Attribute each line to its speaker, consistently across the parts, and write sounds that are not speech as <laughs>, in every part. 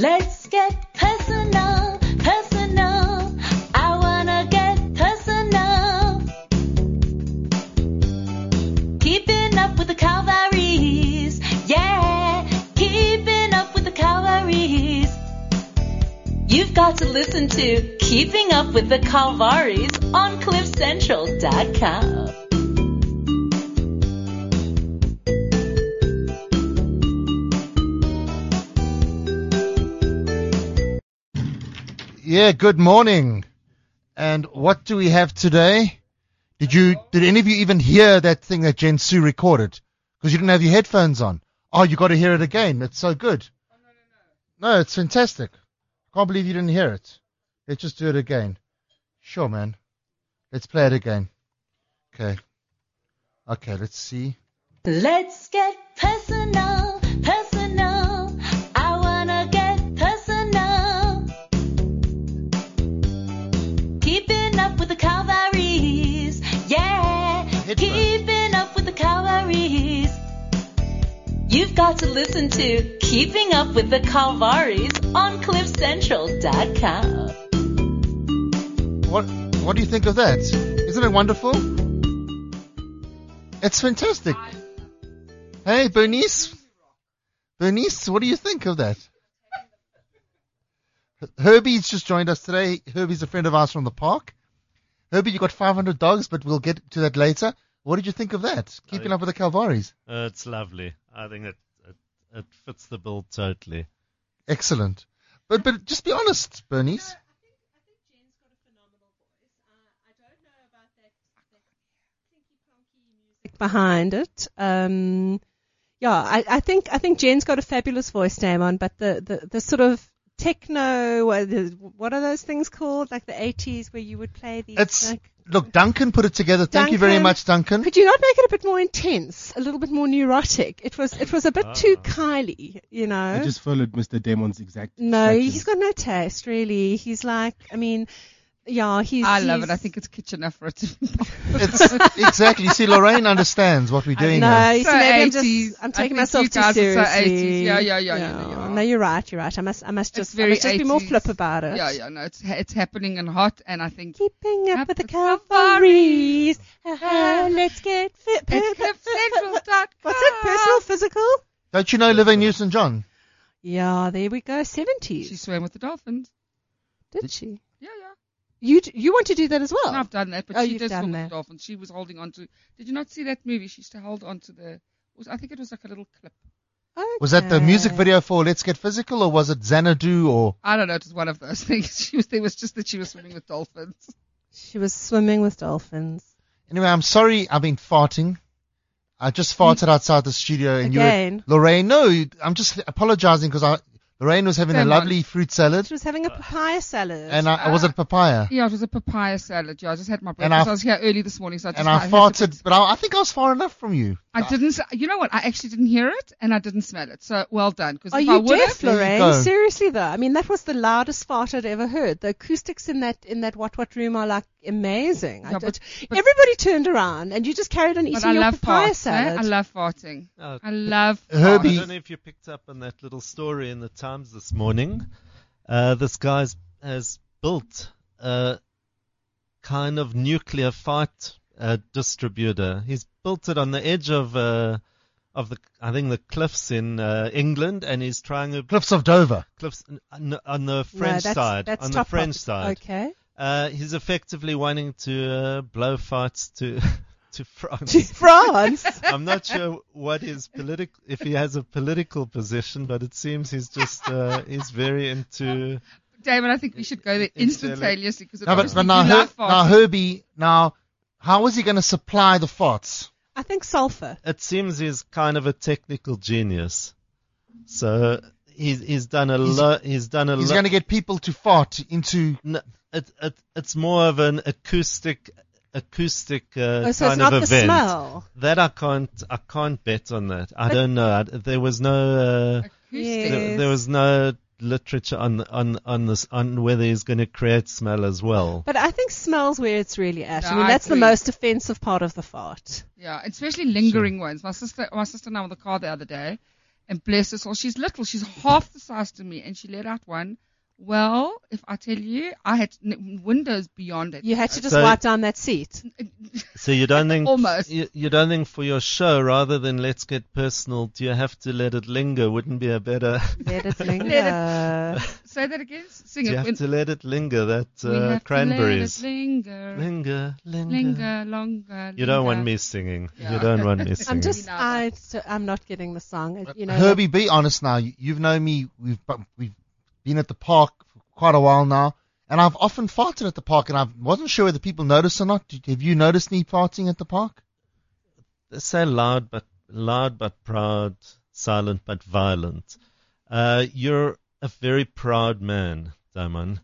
Speaker 1: Let's get personal, personal. I wanna get personal. Keeping up with the Calvaries, yeah. Keeping up with the Calvaries. You've got to listen to Keeping Up with the Calvaries on CliffCentral.com.
Speaker 2: Yeah, good morning. And what do we have today? Did you did any of you even hear that thing that Jen Sue recorded? Because you didn't have your headphones on. Oh, you got to hear it again. It's so good. No, it's fantastic. Can't believe you didn't hear it. Let's just do it again. Sure, man. Let's play it again. Okay. Okay, let's see.
Speaker 1: Let's get personal, personal. I wanna get personal. Keeping up with the Calvaries, yeah.
Speaker 2: Hit
Speaker 1: Keeping up with the Calvaries. You've got to listen to Keeping Up with the Calvaries on CliffCentral.com.
Speaker 2: What What do you think of that? Isn't it wonderful? It's fantastic. Hey, Bernice. Bernice, what do you think of that? Herbie's just joined us today. Herbie's a friend of ours from the park. Herbie, you got 500 dogs, but we'll get to that later. What did you think of that? Keeping up with the Calvaries.
Speaker 3: Uh, it's lovely. I think it, it it fits the bill totally.
Speaker 2: Excellent. But but just be honest, Bernice.
Speaker 4: I think I think Jen's got a phenomenal voice. Uh, I don't know about that that plinky plonky music behind it. Um, yeah, I, I think I think Jen's got a fabulous voice, Damon. But the, the, the sort of techno, uh, the- what are those things called? Like the eighties, where you would play these.
Speaker 2: It's
Speaker 4: like-
Speaker 2: look, Duncan put it together. Thank you very
Speaker 4: Duncan.
Speaker 2: much, Duncan.
Speaker 4: could you not make it a bit more intense, a little bit more neurotic? It was it was a bit too Kylie, you know.
Speaker 5: Ah. I just followed Mr. Damon's exact.
Speaker 4: no,
Speaker 5: instructions.
Speaker 4: he's got no taste really. He's like, I mean, yeah, he's.
Speaker 6: I love
Speaker 4: he's-
Speaker 6: it. I think it's kitchen effort. <laughs>
Speaker 2: It's <laughs> exactly. You see, Lorraine understands what we're doing. here.
Speaker 4: No, you see,
Speaker 6: So
Speaker 4: maybe I'm just
Speaker 6: 80s.
Speaker 4: I'm
Speaker 6: I
Speaker 4: taking
Speaker 6: think
Speaker 4: myself
Speaker 6: you
Speaker 4: too
Speaker 6: guys are so
Speaker 4: seriously.
Speaker 6: 80s. Yeah, yeah, yeah, yeah, yeah.
Speaker 4: No, you're right. You're right. I must I must just I must just be more
Speaker 6: 80s.
Speaker 4: flip about it.
Speaker 6: Yeah, yeah, no, it's ha- it's happening and hot, and I think
Speaker 4: Keeping up,
Speaker 6: Up
Speaker 4: with the
Speaker 6: with
Speaker 4: Calvaries.
Speaker 6: Ah.
Speaker 4: let's get fit.
Speaker 6: it's cliffcentral.com.
Speaker 4: What's it? Personal, physical?
Speaker 2: Don't you know Living Newton John?
Speaker 4: Yeah, there we go. Seventies.
Speaker 6: She swam with the dolphins.
Speaker 4: Did she?
Speaker 6: Yeah, yeah.
Speaker 4: You d- you want to do that as well?
Speaker 6: No, I've done that, but
Speaker 4: Oh,
Speaker 6: she
Speaker 4: you've
Speaker 6: did
Speaker 4: done
Speaker 6: swim
Speaker 4: that.
Speaker 6: with the dolphins. She was holding on to. Did you not see that movie? She used to hold on to the. Was, I think it was like a little clip.
Speaker 2: Was that the music
Speaker 4: Okay.
Speaker 2: video for Let's Get Physical or was it Xanadu or
Speaker 6: I don't know. It was one of those <laughs> things. She was. There was just that she was swimming with dolphins.
Speaker 4: She was swimming with dolphins
Speaker 2: anyway, I'm sorry I've been farting. I just farted outside the studio and
Speaker 4: again.
Speaker 2: you were Lorraine, no, you- I'm just apologizing because I Lorraine was having a
Speaker 6: Come on.
Speaker 2: lovely fruit salad
Speaker 4: She was having a papaya salad.
Speaker 2: and I, I was at papaya.
Speaker 6: Yeah, it was a papaya salad. Yeah, I just had my
Speaker 2: And
Speaker 6: breakfast.
Speaker 2: I-
Speaker 6: I, was here early this morning, so I just
Speaker 2: And I
Speaker 6: had to-
Speaker 2: farted, but I, I think I was far enough from you.
Speaker 6: I didn't. s- You know what? I actually didn't hear it, and I didn't smell it. So well done. Because
Speaker 4: Are
Speaker 6: if I
Speaker 4: you
Speaker 6: would
Speaker 4: deaf,
Speaker 6: have,
Speaker 2: There you
Speaker 4: Lorraine?
Speaker 2: go.
Speaker 4: Seriously though, I mean that was the loudest fart I'd ever heard. The acoustics in that in that what what room are like amazing. I
Speaker 6: Yeah,
Speaker 4: did-
Speaker 6: but-
Speaker 4: everybody turned around and you just carried on eating
Speaker 6: but I
Speaker 4: your
Speaker 6: love
Speaker 4: papaya
Speaker 6: farts. eh?
Speaker 4: salad.
Speaker 6: I love farting.
Speaker 3: Uh,
Speaker 6: I love
Speaker 3: I
Speaker 2: Herbie-
Speaker 3: don't know if you picked up on that little story in the Times this morning. Uh, this guy's has built a kind of nuclear fight uh, distributor. He's built it on the edge of uh, of the I think the cliffs in uh, England, and he's trying to
Speaker 2: Cliffs of Dover.
Speaker 3: cliffs on, on the
Speaker 4: No,
Speaker 3: French
Speaker 4: that's-
Speaker 3: side.
Speaker 4: that's
Speaker 3: on the
Speaker 4: top
Speaker 3: French
Speaker 4: up.
Speaker 3: side.
Speaker 4: Okay.
Speaker 6: <laughs>
Speaker 3: Uh, he's effectively wanting to uh, blow fights to <laughs> to
Speaker 4: To <laughs>
Speaker 3: France.
Speaker 4: France.
Speaker 3: I'm not sure what his political if he has a political position, but it seems he's just uh, he's very into.
Speaker 6: David, I think we should go there
Speaker 3: It's
Speaker 6: instantaneously because
Speaker 2: No, but, but now, Her,
Speaker 6: love
Speaker 2: now
Speaker 6: farting.
Speaker 2: Herbie, now how is he going to supply the farts?
Speaker 4: I think sulfur.
Speaker 3: It seems he's kind of a technical genius, so he's he's done a
Speaker 2: He's-
Speaker 3: lot. He's done a
Speaker 2: He's
Speaker 3: lot.
Speaker 2: going to get people to fart into
Speaker 3: It, it, it's more of an acoustic acoustic uh,
Speaker 4: oh, so it's
Speaker 3: kind
Speaker 4: not
Speaker 3: of
Speaker 4: the
Speaker 3: event.
Speaker 4: smell.
Speaker 3: That I can't I can't bet on that. I don't know. I, there was no. Uh,
Speaker 6: Acoustic.
Speaker 4: Yeah.
Speaker 3: there, there was no literature on on on this on whether he's going to create smell as well.
Speaker 4: But I think smells where it's really at. I
Speaker 6: No,
Speaker 4: mean
Speaker 6: I
Speaker 4: that's the
Speaker 6: agree.
Speaker 4: most offensive part of the fart.
Speaker 6: Yeah, especially lingering ones. My sister, my sister and I were in the car the other day, And bless her soul, she's little. She's half the size to me, and she let out one. Well, if I tell you, I had n- windows beyond it.
Speaker 4: You had to just
Speaker 3: So-
Speaker 4: wipe down that seat.
Speaker 6: <laughs>
Speaker 3: So you don't think
Speaker 6: Almost.
Speaker 3: You, you don't think for your show, rather than let's get personal, do you have to let it linger? Wouldn't be a better. <laughs>
Speaker 4: Let it linger.
Speaker 6: Say that again. Sing
Speaker 3: Do you
Speaker 6: it.
Speaker 3: have
Speaker 6: When-
Speaker 3: to let it linger? That
Speaker 6: we have to let
Speaker 3: uh,
Speaker 6: it
Speaker 3: cranberries.
Speaker 6: linger, linger,
Speaker 3: linger, linger,
Speaker 6: longer.
Speaker 3: You don't want
Speaker 6: linger.
Speaker 3: me singing.
Speaker 6: Yeah.
Speaker 3: You don't
Speaker 6: <laughs>
Speaker 3: want me singing.
Speaker 4: <laughs> I'm just,
Speaker 6: Now
Speaker 4: I, so I'm not getting the song. It- You know,
Speaker 2: Herbie, be honest now. You- You've known me. We've bu- we've been at the park for quite a while now, and I've often farted at the park, and I wasn't sure whether people noticed or not. Did- Have you noticed me farting at the park?
Speaker 3: They say loud but loud but proud, silent but violent. Uh, you're a very proud man, Damon,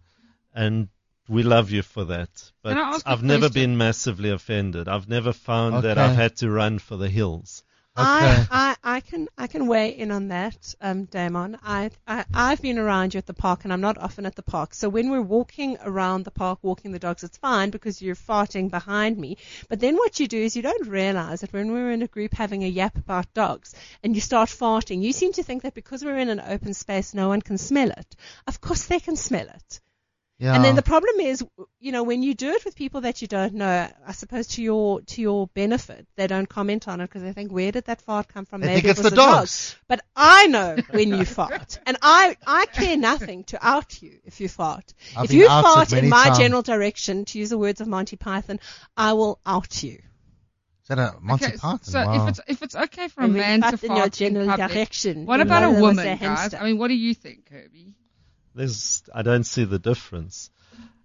Speaker 3: and we love you for that. But
Speaker 6: Can I ask a
Speaker 3: I've never
Speaker 6: question?
Speaker 3: been massively offended. I've never found that
Speaker 2: Okay.
Speaker 3: I've had to run for the hills.
Speaker 2: Okay.
Speaker 4: I, I, I can I can weigh in on that, um, Damon. I, I I've been around you at the park, and I'm not often at the park. So when we're walking around the park, walking the dogs, it's fine because you're farting behind me. But then what you do is you don't realise that when we're in a group having a yap about dogs, and you start farting, you seem to think that because we're in an open space, no one can smell it. Of course they can smell it.
Speaker 2: Yeah.
Speaker 4: And then the problem is, you know, when you do it with people that you don't know, I suppose to your to your benefit, they don't comment on it because they think, where did that fart come from?
Speaker 2: They
Speaker 4: Maybe
Speaker 2: think
Speaker 4: it
Speaker 2: it's
Speaker 4: was
Speaker 2: the
Speaker 4: a dog."
Speaker 2: dogs.
Speaker 4: But I
Speaker 2: <laughs>
Speaker 4: know when you fart, and I I care nothing to out you if you fart.
Speaker 2: I've
Speaker 4: if
Speaker 2: been
Speaker 4: you
Speaker 2: outed
Speaker 4: fart in
Speaker 2: many
Speaker 4: my
Speaker 2: times.
Speaker 4: general direction, to use the words of Monty Python, I will out you.
Speaker 2: Is that a Monty
Speaker 6: okay,
Speaker 2: Python?
Speaker 6: So
Speaker 2: Wow.
Speaker 6: if it's if it's okay for a
Speaker 4: When you
Speaker 6: man to
Speaker 4: fart in your
Speaker 6: fart in
Speaker 4: general
Speaker 6: public,
Speaker 4: direction.
Speaker 6: what
Speaker 4: you
Speaker 6: about
Speaker 4: know,
Speaker 6: a
Speaker 4: there was
Speaker 6: woman, guys?
Speaker 4: hamster.
Speaker 6: I mean, what do you think, Kirby?
Speaker 3: There's, I don't see the difference.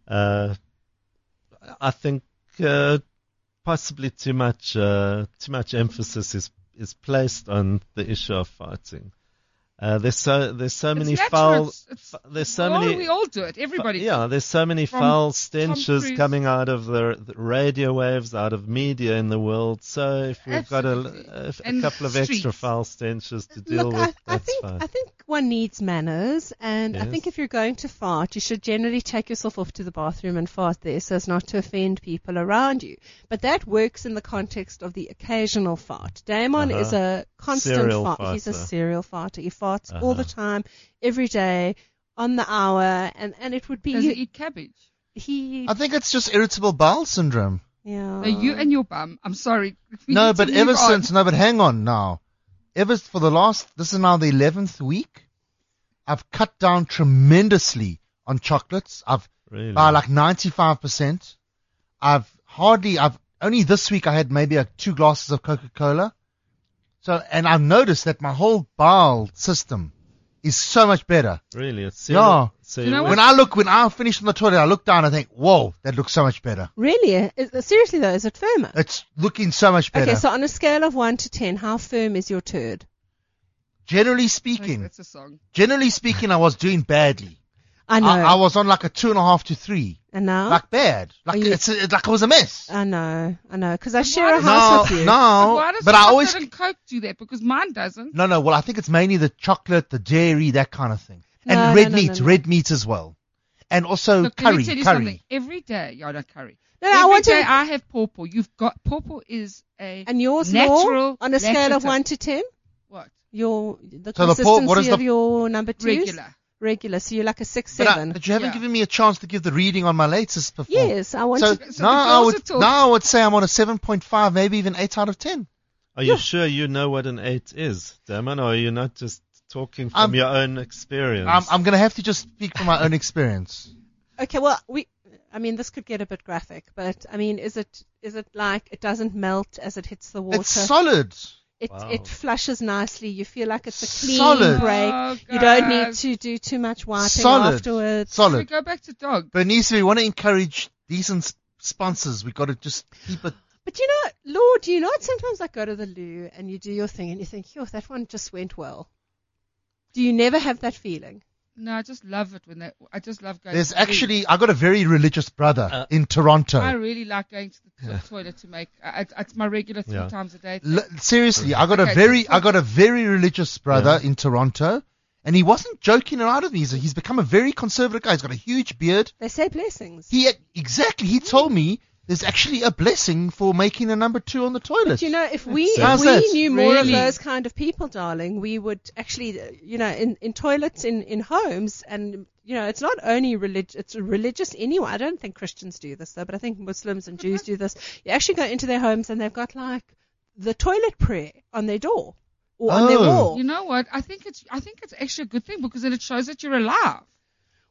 Speaker 3: Uh, I think uh, possibly too much uh, too much emphasis is is placed on the issue of fighting. Uh, there's so there's so many
Speaker 6: it's natural,
Speaker 3: foul
Speaker 6: it's- it's-
Speaker 3: f- there's so
Speaker 6: well,
Speaker 3: many-
Speaker 6: We all do it. Everybody. does
Speaker 3: Yeah, there's so many
Speaker 6: From
Speaker 3: foul stenches
Speaker 6: Cruise.
Speaker 3: coming out of the, the radio waves, out of media in the world. So if we've
Speaker 6: Absolutely.
Speaker 3: got a- if- a,
Speaker 6: And
Speaker 3: couple of extra
Speaker 6: streets.
Speaker 3: foul stenches to deal
Speaker 4: Look,
Speaker 3: with,
Speaker 4: I, I
Speaker 3: that's
Speaker 4: think
Speaker 3: fine.
Speaker 4: I think one needs manners, and I
Speaker 3: Yes.
Speaker 4: think if you're going to fart, you should generally take yourself off to the bathroom and fart there, so as not to offend people around you. But that works in the context of the occasional fart. Damon
Speaker 3: Uh-huh.
Speaker 4: is a constant
Speaker 3: Serial
Speaker 4: fart. He's a
Speaker 3: farter.
Speaker 4: serial farter. He farts all the
Speaker 3: Uh-huh.
Speaker 4: time, every day, on the hour, and and it would be
Speaker 6: Does it eat cabbage?
Speaker 4: he.
Speaker 2: I think it's just irritable bowel syndrome.
Speaker 4: yeah.
Speaker 6: No, you and your bum. I'm sorry. <laughs> We
Speaker 2: no,
Speaker 6: need to
Speaker 2: but ever
Speaker 6: move on. <laughs>
Speaker 2: since, no, but hang on now. Ever for the last, this is now the 11th week, I've cut down tremendously on chocolates. I've,
Speaker 3: really.
Speaker 2: by like 95%. I've hardly, I've, only this week I had maybe like two glasses of Coca-Cola. So, and I've noticed that my whole bowel system is so much better.
Speaker 3: really, it's
Speaker 2: Yeah.
Speaker 3: So
Speaker 6: You know
Speaker 3: we-
Speaker 2: When I look, when I finish on the toilet, I look down and think, whoa, that looks so much better.
Speaker 4: really? Uh, Is- seriously though, is it firmer?
Speaker 2: It's looking so much better.
Speaker 4: Okay, so on a scale of one to ten, how firm is your turd?
Speaker 2: generally
Speaker 6: That's,
Speaker 2: speaking,
Speaker 6: that's a song.
Speaker 2: generally speaking, I was doing badly.
Speaker 4: I know.
Speaker 2: I, I was on like a two and a half to three.
Speaker 4: and now.
Speaker 2: Like bad. Like
Speaker 4: Are you- Uh,
Speaker 2: it's, it's like I was a mess.
Speaker 4: I know, I know, because I
Speaker 6: why
Speaker 4: share a
Speaker 6: does-
Speaker 4: house
Speaker 2: no,
Speaker 4: with you.
Speaker 6: But
Speaker 2: no,
Speaker 6: why does
Speaker 2: but I
Speaker 6: chocolate
Speaker 2: always,
Speaker 6: and Coke do that? Because mine doesn't.
Speaker 2: no, no, well, I think it's mainly the chocolate, the dairy, that kind of thing. And
Speaker 4: No,
Speaker 2: red
Speaker 4: no, no,
Speaker 2: meat,
Speaker 4: no, no.
Speaker 2: red meat as well. And also
Speaker 6: Look, let
Speaker 2: curry,
Speaker 6: me tell you something.
Speaker 2: curry.
Speaker 6: Every day, yeah, no curry.
Speaker 4: No, no, I
Speaker 6: Every
Speaker 4: want
Speaker 6: day
Speaker 4: to.
Speaker 6: I have pawpaw. You've got pawpaw is a
Speaker 4: And yours,
Speaker 6: natural
Speaker 4: Law, on a scale of
Speaker 6: laxative.
Speaker 4: one to ten,
Speaker 6: what
Speaker 4: your the
Speaker 2: So the
Speaker 4: consistency
Speaker 2: poor- what is
Speaker 4: of
Speaker 2: the-
Speaker 4: your number two.
Speaker 6: regular.
Speaker 4: Regular. So you're like a six
Speaker 2: But, I,
Speaker 4: seven.
Speaker 2: but you haven't
Speaker 6: Yeah.
Speaker 2: given me a chance to give the reading on my latest performance.
Speaker 4: yes, I want
Speaker 2: So,
Speaker 4: to.
Speaker 6: So
Speaker 2: now, I
Speaker 6: the girls
Speaker 2: would,
Speaker 6: are talking.
Speaker 2: now I would say I'm on a 7.5, maybe even 8 out of 10.
Speaker 3: are you sure you know what an eight is, Damon, or are you not just talking from
Speaker 2: I'm-
Speaker 3: your own experience?
Speaker 2: I'm, I'm going to have to just speak from my own experience.
Speaker 4: Okay, well, we. I mean, this could get a bit graphic, but I mean, is it is it like it doesn't melt as it hits the water?
Speaker 2: It's solid.
Speaker 4: it
Speaker 3: Wow.
Speaker 4: it flushes nicely. You feel like it's a clean
Speaker 2: Solid.
Speaker 4: break.
Speaker 6: Oh,
Speaker 4: you don't need
Speaker 6: guys.
Speaker 4: to do too much wiping
Speaker 2: Solid.
Speaker 4: afterwards.
Speaker 6: Should we
Speaker 2: Solid.
Speaker 6: go back to dog?
Speaker 2: Bernice, we want to encourage decent s- sponsors. We've got to just keep it.
Speaker 4: But you know, Lord, do you not sometimes like go to the loo and you do your thing and you think, yo, that one just went well. Do you never have that feeling?
Speaker 6: No, I just love it when they. I just love going.
Speaker 2: There's
Speaker 6: to the loo.
Speaker 2: actually, I got a very religious brother
Speaker 3: Uh,
Speaker 2: in Toronto.
Speaker 6: I really like going to the to the toilet to make. I, I- it's my regular three
Speaker 3: Yeah.
Speaker 6: times a day. thing.
Speaker 2: L- seriously, I got a
Speaker 6: Okay,
Speaker 2: very,
Speaker 6: so-
Speaker 2: I got a very religious brother
Speaker 3: Yeah.
Speaker 2: in Toronto, and he wasn't joking around with me. He's, he's become a very conservative guy. He's got a huge beard.
Speaker 4: They say blessings.
Speaker 2: He exactly, he told me there's actually a blessing for making a number two on the toilet.
Speaker 4: But you know, if we if
Speaker 2: That's
Speaker 4: we
Speaker 2: it.
Speaker 4: knew more of
Speaker 6: Really?
Speaker 4: those kind of people, darling, we would actually, uh, you know, in, in toilets, in, in homes, and you know, it's not only religious. It's religious anyway. I don't think Christians do this though, but I think Muslims and Jews do this. You actually go into their homes and they've got like the toilet prayer on their door or on their
Speaker 2: Oh.
Speaker 4: wall.
Speaker 6: You know what? I think it's I think it's actually a good thing because then it shows that you're alive.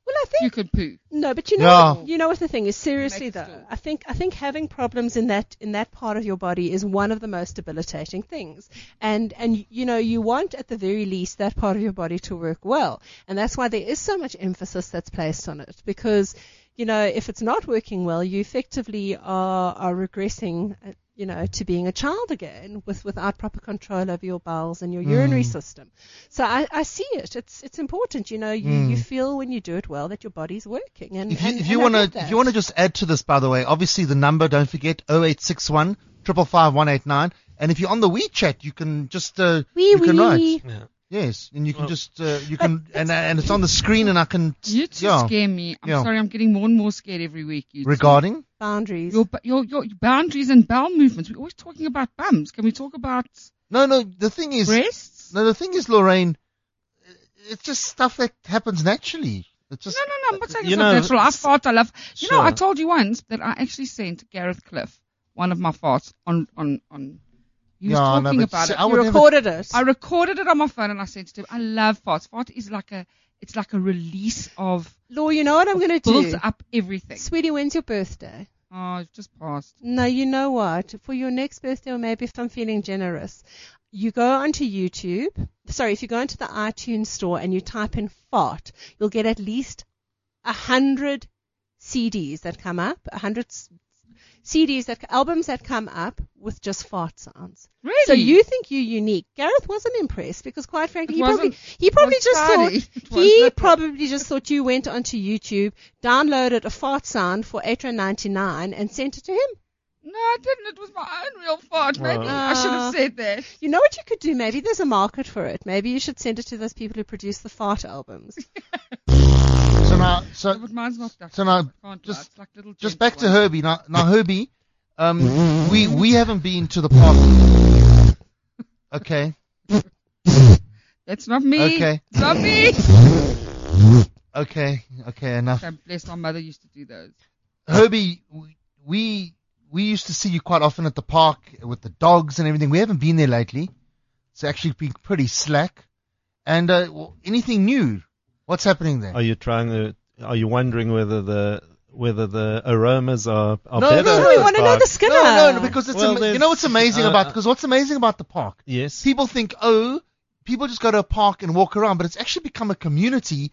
Speaker 4: well, I
Speaker 6: You
Speaker 4: think
Speaker 6: can poo.
Speaker 4: No, but you know,
Speaker 2: Yeah.
Speaker 4: what, you know what the thing is. Seriously
Speaker 6: Makes
Speaker 4: though,
Speaker 6: sense.
Speaker 4: I think I think having problems in that in that part of your body is one of the most debilitating things. And and you know you want at the very least that part of your body to work well, and that's why there is so much emphasis that's placed on it because you know if it's not working well, you effectively are are regressing. uh, You know, to being a child again with without proper control over your bowels and your
Speaker 2: Hmm.
Speaker 4: urinary system. So I, I see it. It's it's important. You know, you, you feel when you do it well that your body's working. And
Speaker 2: Hmm. If you,
Speaker 4: and-
Speaker 2: if you
Speaker 4: and I
Speaker 2: want
Speaker 4: get
Speaker 2: to, if
Speaker 4: that.
Speaker 2: you want to just add to this, by the way, obviously the number, don't forget, 0861 555 189. And if you're on the WeChat, you can just, uh,
Speaker 4: Wee
Speaker 2: you can
Speaker 4: wee.
Speaker 2: write.
Speaker 3: Yeah.
Speaker 2: Yes. And you can
Speaker 3: Well-
Speaker 2: just, uh, you can, and, and it's on the screen and I can,
Speaker 6: You two
Speaker 2: yeah.
Speaker 6: scare me. I'm
Speaker 2: Yeah.
Speaker 6: sorry. I'm getting more and more scared every week. You two.
Speaker 2: Regarding?
Speaker 4: boundaries.
Speaker 6: your, bu- your your your boundaries and bowel movements. We're always talking about bums. Can we talk about
Speaker 2: No, no, the thing is,
Speaker 6: breasts?
Speaker 2: no, the thing is, Lorraine, it's just stuff that happens naturally. It's just,
Speaker 6: No, no, no. I'm not saying
Speaker 3: You
Speaker 6: it's
Speaker 3: know,
Speaker 6: not natural. I fart. I love. You know, I
Speaker 3: Sure.
Speaker 6: told you once that I actually sent Gareth Cliff one of my farts on on on. He was
Speaker 2: Yeah, I know,
Speaker 6: talking
Speaker 2: but
Speaker 6: about
Speaker 2: see,
Speaker 6: it.
Speaker 2: I
Speaker 4: you
Speaker 2: would never-
Speaker 4: recorded it.
Speaker 6: I recorded it on my phone and I sent it to him. I love farts. Fart is like a it's like a release of
Speaker 4: Law, you know what I'm going to
Speaker 6: built
Speaker 4: do?
Speaker 6: up everything.
Speaker 4: Sweetie, when's your birthday?
Speaker 6: Oh, it's just passed.
Speaker 4: No, you know what? For your next birthday, or maybe if I'm feeling generous, you go onto YouTube. Sorry, if you go into the iTunes store and you type in fart, you'll get at least a hundred CDs that come up, a hundred s- CDs that albums that come up with just fart sounds.
Speaker 6: Really?
Speaker 4: So you think you're unique? Gareth wasn't impressed because, quite frankly,
Speaker 6: It
Speaker 4: he probably
Speaker 6: wasn't-
Speaker 4: he probably
Speaker 6: was
Speaker 4: just
Speaker 6: Friday. It
Speaker 4: thought he
Speaker 6: wasn't.
Speaker 4: probably just thought you went onto YouTube, downloaded a fart sound for eight ninety nine, and sent it to him.
Speaker 6: No, I didn't. It was my own real fart. Maybe
Speaker 2: Oh.
Speaker 6: I should
Speaker 4: Ah.
Speaker 6: have said that.
Speaker 4: You know what you could do? Maybe there's a market for it. Maybe you should send it to those people who produce the fart albums.
Speaker 2: so now,
Speaker 6: But,
Speaker 2: so
Speaker 6: mine's not that.
Speaker 2: so now,
Speaker 6: I can't
Speaker 2: just-
Speaker 6: lie. It's like little
Speaker 2: just
Speaker 6: gentle
Speaker 2: back to
Speaker 6: ones.
Speaker 2: Herbie. Now, now Herbie, um, we, we haven't been to the park. Okay.
Speaker 6: That's not me.
Speaker 2: Okay.
Speaker 6: It's not
Speaker 2: <laughs>
Speaker 6: me.
Speaker 2: Okay. Okay. Enough.
Speaker 6: I'm blessed. My mother used to do those.
Speaker 2: Herbie, we- we we used to see you quite often at the park with the dogs and everything. We haven't been there lately. It's actually been pretty slack. And uh, w- anything new? What's happening there?
Speaker 3: Are you trying to? Are you wondering whether the whether the aromas are, are
Speaker 2: No,
Speaker 3: better?
Speaker 2: no,
Speaker 3: at
Speaker 2: no,
Speaker 4: Oh, we
Speaker 3: the
Speaker 4: want to know
Speaker 3: park?
Speaker 4: the skinner.
Speaker 2: no, no, no, because it's
Speaker 3: Well,
Speaker 2: ama- you
Speaker 3: there's-
Speaker 2: know what's amazing
Speaker 3: uh,
Speaker 2: about
Speaker 3: <laughs> uh,
Speaker 2: because what's amazing about the park?
Speaker 3: yes.
Speaker 2: People think oh, people just go to a park and walk around, but it's actually become a community,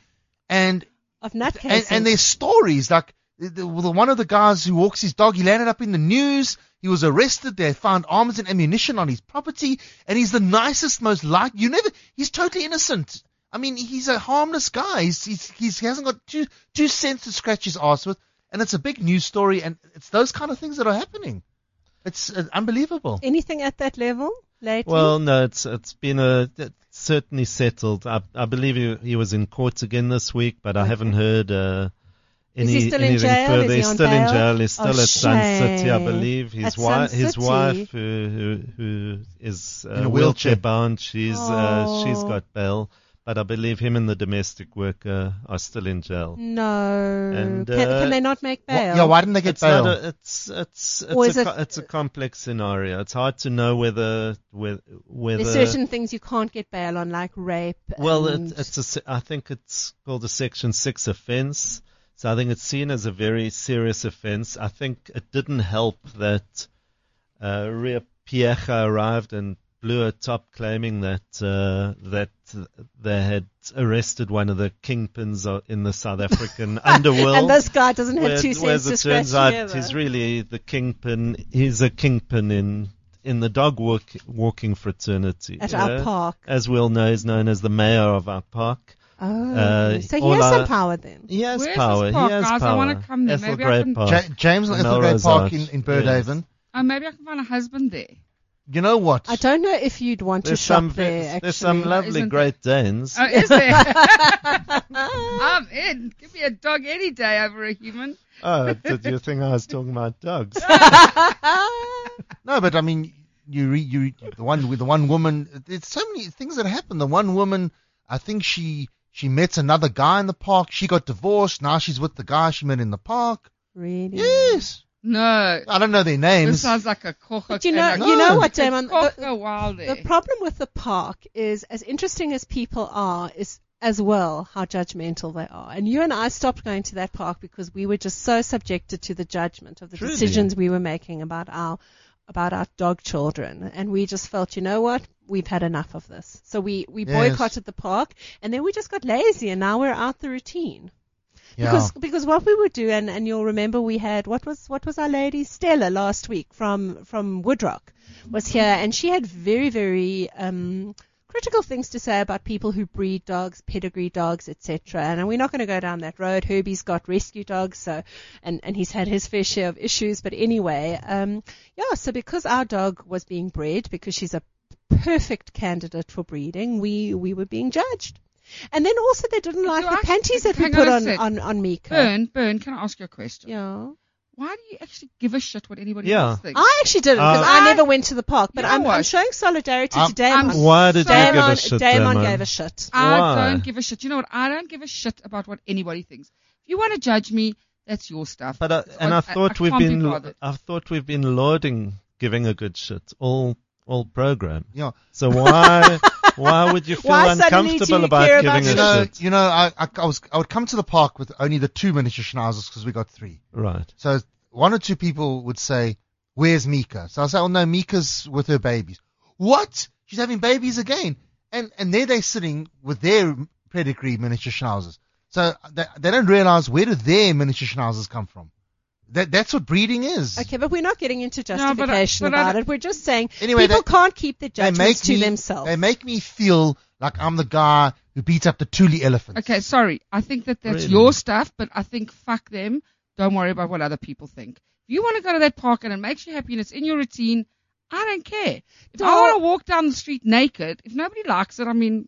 Speaker 2: and
Speaker 4: of nutcases.
Speaker 2: and, and there's stories like the, the, the one of the guys who walks his dog, he landed up in the news. He was arrested. They found arms and ammunition on his property, and he's the nicest, most like you never. He's totally innocent. I mean, he's a harmless guy. He's, he's, he's he hasn't got two two cents to scratch his ass with, and it's a big news story. And it's those kind of things that are happening. It's uh, unbelievable.
Speaker 4: anything at that level lately.
Speaker 3: Well, no, it's it's been a it's certainly settled. I I believe he, he was in court again this week, but I haven't heard uh,
Speaker 4: Is
Speaker 3: any
Speaker 4: he still in
Speaker 3: anything
Speaker 4: jail?
Speaker 3: further.
Speaker 4: Is he
Speaker 3: he's
Speaker 4: on
Speaker 3: still in
Speaker 4: bail?
Speaker 3: jail. He's
Speaker 4: Oh,
Speaker 3: still at Sun City, I
Speaker 4: shame.
Speaker 3: believe. His
Speaker 4: At
Speaker 3: wife,
Speaker 4: Sun
Speaker 3: his
Speaker 4: City.
Speaker 3: wife, uh, who who, who is uh,
Speaker 2: In a wheelchair.
Speaker 3: wheelchair bound, she's uh, she's
Speaker 4: Oh.
Speaker 3: got bail, but I believe him and the domestic worker are still in jail.
Speaker 4: Hmm. no.
Speaker 3: And,
Speaker 4: can,
Speaker 3: uh,
Speaker 4: can they not make
Speaker 2: Wha-
Speaker 4: bail?
Speaker 2: yeah, why didn't they get
Speaker 3: It's not
Speaker 2: bail?
Speaker 3: a, it's it's
Speaker 4: Or
Speaker 3: it's
Speaker 4: is
Speaker 3: a,
Speaker 4: it-
Speaker 3: co- it's a complex scenario. It's hard to know whether whether whether
Speaker 4: There's certain things you can't get bail on, like rape.
Speaker 3: Well,
Speaker 4: and
Speaker 3: it, it's a, se- I think it's called a Section 6 offence. So I think it's seen as a very serious offence. I think it didn't help that uh, Ria Piecha arrived and blew a top claiming that uh, that they had arrested one of the kingpins o- in the
Speaker 4: <laughs>
Speaker 3: South African underworld.
Speaker 4: and this guy doesn't have
Speaker 3: Whereas-
Speaker 4: two
Speaker 3: whereas
Speaker 4: cents to
Speaker 3: it
Speaker 4: scratch
Speaker 3: turns out
Speaker 4: together.
Speaker 3: he's really the kingpin. He's a kingpin in in the dog walk, walking fraternity.
Speaker 4: at
Speaker 3: you
Speaker 4: our
Speaker 3: know?
Speaker 4: park.
Speaker 3: as we all know, is known as the mayor of our park.
Speaker 4: Oh,
Speaker 3: uh,
Speaker 4: so he
Speaker 3: all
Speaker 4: has some
Speaker 3: our-
Speaker 4: power then.
Speaker 3: He has
Speaker 6: Where's this
Speaker 3: power.
Speaker 6: park,
Speaker 3: he has
Speaker 6: guys? I
Speaker 3: power.
Speaker 6: wanna come there. Maybe I
Speaker 3: Ethelgrey
Speaker 6: can-
Speaker 3: Park.
Speaker 2: Ja- James
Speaker 3: The
Speaker 2: Ethelgray
Speaker 3: Melrose
Speaker 2: Park
Speaker 3: Arch.
Speaker 2: in, in Birdhaven.
Speaker 6: Oh, maybe I can find a husband there.
Speaker 2: you know what?
Speaker 4: I don't know if you'd want
Speaker 3: There's
Speaker 4: to shop
Speaker 3: some,
Speaker 4: there. Uh, Actually,
Speaker 3: there's some lovely
Speaker 6: Isn't
Speaker 3: Great Danes.
Speaker 6: Oh,
Speaker 4: <laughs>
Speaker 6: is there? I'm in. Give me a dog any day over a human.
Speaker 3: Oh, did you think I was talking about
Speaker 4: <laughs>
Speaker 3: dogs?
Speaker 2: No, but I mean, you re, you the one with the one woman. There's so many things that happen. The one woman, I think she she met another guy in the park. She got divorced. Now she's with the guy she met in the park.
Speaker 4: really.
Speaker 2: Yes,
Speaker 6: No.
Speaker 2: I don't know their
Speaker 6: This
Speaker 2: names.
Speaker 6: sounds like a kocha.
Speaker 4: But you know,
Speaker 6: and a-
Speaker 4: you know
Speaker 2: No.
Speaker 4: what, Damon?
Speaker 6: Kocha
Speaker 4: The,
Speaker 6: wild
Speaker 4: the
Speaker 6: there.
Speaker 4: problem with the park is, as interesting as people are, is as well how judgmental they are. And you and I stopped going to that park because we were just so subjected to the judgment of the
Speaker 3: Truly.
Speaker 4: decisions we were making about our about our dog children, and we just felt, you know what? We've had enough of this. So we, we
Speaker 2: Yes.
Speaker 4: boycotted the park, and then we just got lazy, and now we're out the routine.
Speaker 2: yeah.
Speaker 4: Because because what we would do, and, and you'll remember we had what was what was our lady Stella last week from from Woodrock was here, and she had very very um, critical things to say about people who breed dogs, pedigree dogs, etc. And we're not going to go down that road. Herbie's got rescue dogs, so and and he's had his fair share of issues. But anyway, um, yeah. So because our dog was being bred, because she's a perfect candidate for breeding, we we were being judged. And then also they didn't like
Speaker 6: I-
Speaker 4: the panties that we
Speaker 6: hang on
Speaker 4: put
Speaker 6: a
Speaker 4: on,
Speaker 6: sec.
Speaker 4: on, on Mika.
Speaker 6: Burn, burn. Can I ask you a question?
Speaker 4: Yeah.
Speaker 6: Why do you actually give a shit what anybody
Speaker 3: Yeah.
Speaker 6: else thinks?
Speaker 4: I actually didn't because
Speaker 3: Uh,
Speaker 4: I never went to the park, but
Speaker 6: You know
Speaker 4: I'm, I'm
Speaker 6: what?
Speaker 4: showing solidarity
Speaker 2: I'm-
Speaker 4: to Damon.
Speaker 6: I'm-
Speaker 3: Why did you give
Speaker 4: Damon,
Speaker 3: a shit,
Speaker 4: Damon
Speaker 3: Damon?
Speaker 4: gave a shit.
Speaker 6: I
Speaker 3: Why?
Speaker 6: don't give a shit. You know what? I don't give a shit about what anybody thinks. If you want to judge me, that's your stuff.
Speaker 3: But I,
Speaker 6: It's
Speaker 3: and
Speaker 6: on-
Speaker 3: I thought we've
Speaker 6: can't be
Speaker 3: been
Speaker 6: bothered.
Speaker 3: I thought we've been lauding giving a good shit all all program.
Speaker 2: Yeah.
Speaker 3: So
Speaker 4: <laughs>
Speaker 3: why why would you feel
Speaker 4: Why suddenly do
Speaker 3: uncomfortable
Speaker 4: you
Speaker 3: about
Speaker 4: care
Speaker 3: giving a
Speaker 4: about
Speaker 2: you know,
Speaker 3: shit?
Speaker 2: you know, I, I, I was I would come to the park with only the two miniature schnauzers because we got three.
Speaker 3: Right.
Speaker 2: So one or two people would say, "Where's Mika?" So I say, "Oh no, Mika's with her babies." What? She's having babies again? And and there they're sitting with their pedigree miniature schnauzers. So they, they don't realize where do their miniature schnauzers come from. That that's what breeding is.
Speaker 4: Okay, but we're not getting into
Speaker 6: but I-
Speaker 4: justification
Speaker 6: but I-
Speaker 4: about it. We're just saying
Speaker 2: Anyway,
Speaker 4: people
Speaker 2: they-
Speaker 4: can't keep their
Speaker 2: They
Speaker 4: judgments to
Speaker 2: me,
Speaker 4: themselves.
Speaker 2: They make me feel like I'm the guy who beats up the Thule elephants.
Speaker 6: Okay, sorry. I think that that's
Speaker 3: Really?
Speaker 6: your stuff, but I think fuck them. Don't worry about what other people think. If you want to go to that park and it makes you happy and it's in your routine, I don't care. If I
Speaker 4: Don't-
Speaker 6: want to walk down the street naked, if nobody likes it, I mean,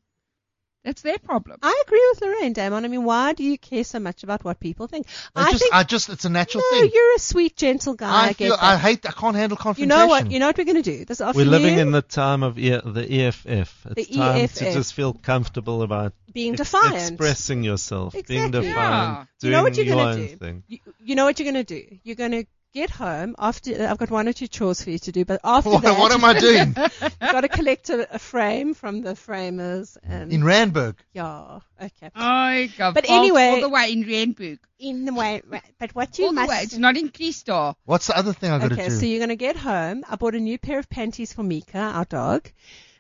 Speaker 6: that's their problem.
Speaker 4: I agree with Lorraine, Damon. I mean, why do you care so much about what people think?
Speaker 2: I,
Speaker 4: I
Speaker 2: just,
Speaker 4: think
Speaker 2: I just, it's a natural
Speaker 4: no,
Speaker 2: thing.
Speaker 4: you're a sweet, gentle guy.
Speaker 2: I,
Speaker 4: I, get
Speaker 2: feel,
Speaker 4: that.
Speaker 2: I hate, I can't handle
Speaker 4: you
Speaker 2: confrontation.
Speaker 4: know what? You know what we're going to do this
Speaker 3: We're
Speaker 4: afternoon.
Speaker 3: living in the time of e- the EFF. It's
Speaker 4: The E
Speaker 3: time to
Speaker 4: EFF.
Speaker 3: just feel comfortable about
Speaker 4: being
Speaker 3: ex-
Speaker 4: defiant.
Speaker 3: expressing yourself, being
Speaker 4: Exactly.
Speaker 3: defiant,
Speaker 6: Yeah.
Speaker 3: doing
Speaker 4: You know what you're
Speaker 3: your
Speaker 4: gonna
Speaker 3: own
Speaker 4: do?
Speaker 3: thing.
Speaker 4: you, you know what you're going to do? You're going to get home after uh, I've got one or two chores for you to do, but after
Speaker 2: what,
Speaker 4: that,
Speaker 2: <laughs> what am I
Speaker 4: <laughs>
Speaker 2: doing
Speaker 4: you've got to collect a, a frame from the framers and
Speaker 2: in Randburg?
Speaker 4: yeah, okay.
Speaker 6: I got
Speaker 4: But
Speaker 6: fault
Speaker 4: anyway-
Speaker 6: all the way in Randburg.
Speaker 4: In the way, right, but what you
Speaker 6: All the way.
Speaker 4: must
Speaker 6: It's not in Keystar.
Speaker 2: What's the other thing I got to
Speaker 4: Okay,
Speaker 2: do?
Speaker 4: so you're going to get home. I bought a new pair of panties for Mika, our dog.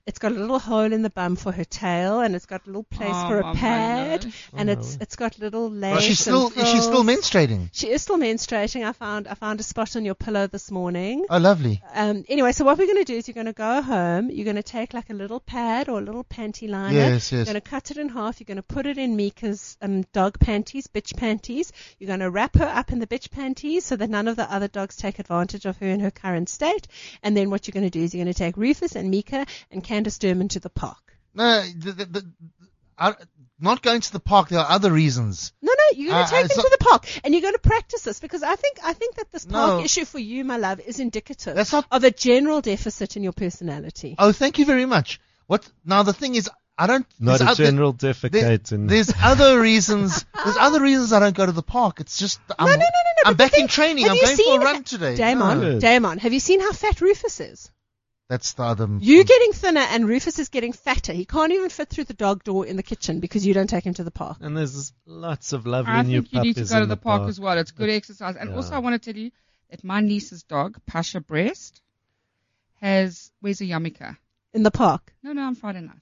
Speaker 4: It's got a little hole in the bum for her tail, and it's got a little place
Speaker 6: Oh,
Speaker 4: for a
Speaker 6: Mama,
Speaker 4: pad,
Speaker 6: no.
Speaker 4: and
Speaker 3: Oh,
Speaker 4: it's
Speaker 3: no.
Speaker 4: it's got little lace.
Speaker 2: But Oh, she's still,
Speaker 4: and
Speaker 2: is she still
Speaker 4: frills.
Speaker 2: menstruating?
Speaker 4: She is still menstruating. I found I found a spot on your pillow this morning.
Speaker 2: Oh, lovely.
Speaker 4: Um, anyway, so what we're going to do is you're going to go home. You're going to take like a little pad or a little panty liner.
Speaker 2: Yes,
Speaker 4: You're
Speaker 2: yes.
Speaker 4: going to cut it in half. You're going to put it in Mika's um, dog panties, bitch panties. You're going to wrap her up in the bitch panties so that none of the other dogs take advantage of her in her current state. And then what you're going to do is you're going to take Rufus and Mika and Candace Durman to the park.
Speaker 2: No, the, the, the, I, not going to the park. There are other reasons.
Speaker 4: No, no, you're going
Speaker 2: Uh,
Speaker 4: to take
Speaker 2: it's
Speaker 4: them
Speaker 2: not-
Speaker 4: to the park and you're going to practice this because I think I think that this park
Speaker 2: No.
Speaker 4: issue for you, my love, is indicative
Speaker 2: That's not-
Speaker 4: of a general deficit in your personality.
Speaker 2: Oh, thank you very much. What? Now the thing is, I don't.
Speaker 3: Not
Speaker 2: there's
Speaker 3: a
Speaker 2: other-
Speaker 3: general
Speaker 2: there-
Speaker 3: defecate in
Speaker 2: there's other reasons. There's other reasons I don't go to the park. It's just I'm,
Speaker 4: no, no, no, no,
Speaker 2: I'm
Speaker 4: but the
Speaker 2: back in
Speaker 4: thing-
Speaker 2: training.
Speaker 4: have
Speaker 2: I'm
Speaker 4: you
Speaker 2: going for a
Speaker 4: seen-
Speaker 2: run today.
Speaker 4: Damon,
Speaker 2: No,
Speaker 3: Good.
Speaker 4: Damon, have you seen how fat Rufus is?
Speaker 2: that's the other.
Speaker 4: You getting thinner and Rufus is getting fatter. He can't even fit through the dog door in the kitchen because you don't take him to the park.
Speaker 3: and there's lots of lovely
Speaker 6: I
Speaker 3: new
Speaker 6: think you need to
Speaker 3: puppies
Speaker 6: go to
Speaker 3: in
Speaker 6: the park, as well. It's good exercise. And
Speaker 3: Yeah.
Speaker 6: also, I want to tell you that my niece's dog, Pasha Breast, has where's a yarmulke?
Speaker 4: In the park.
Speaker 6: No, no, on Friday nights.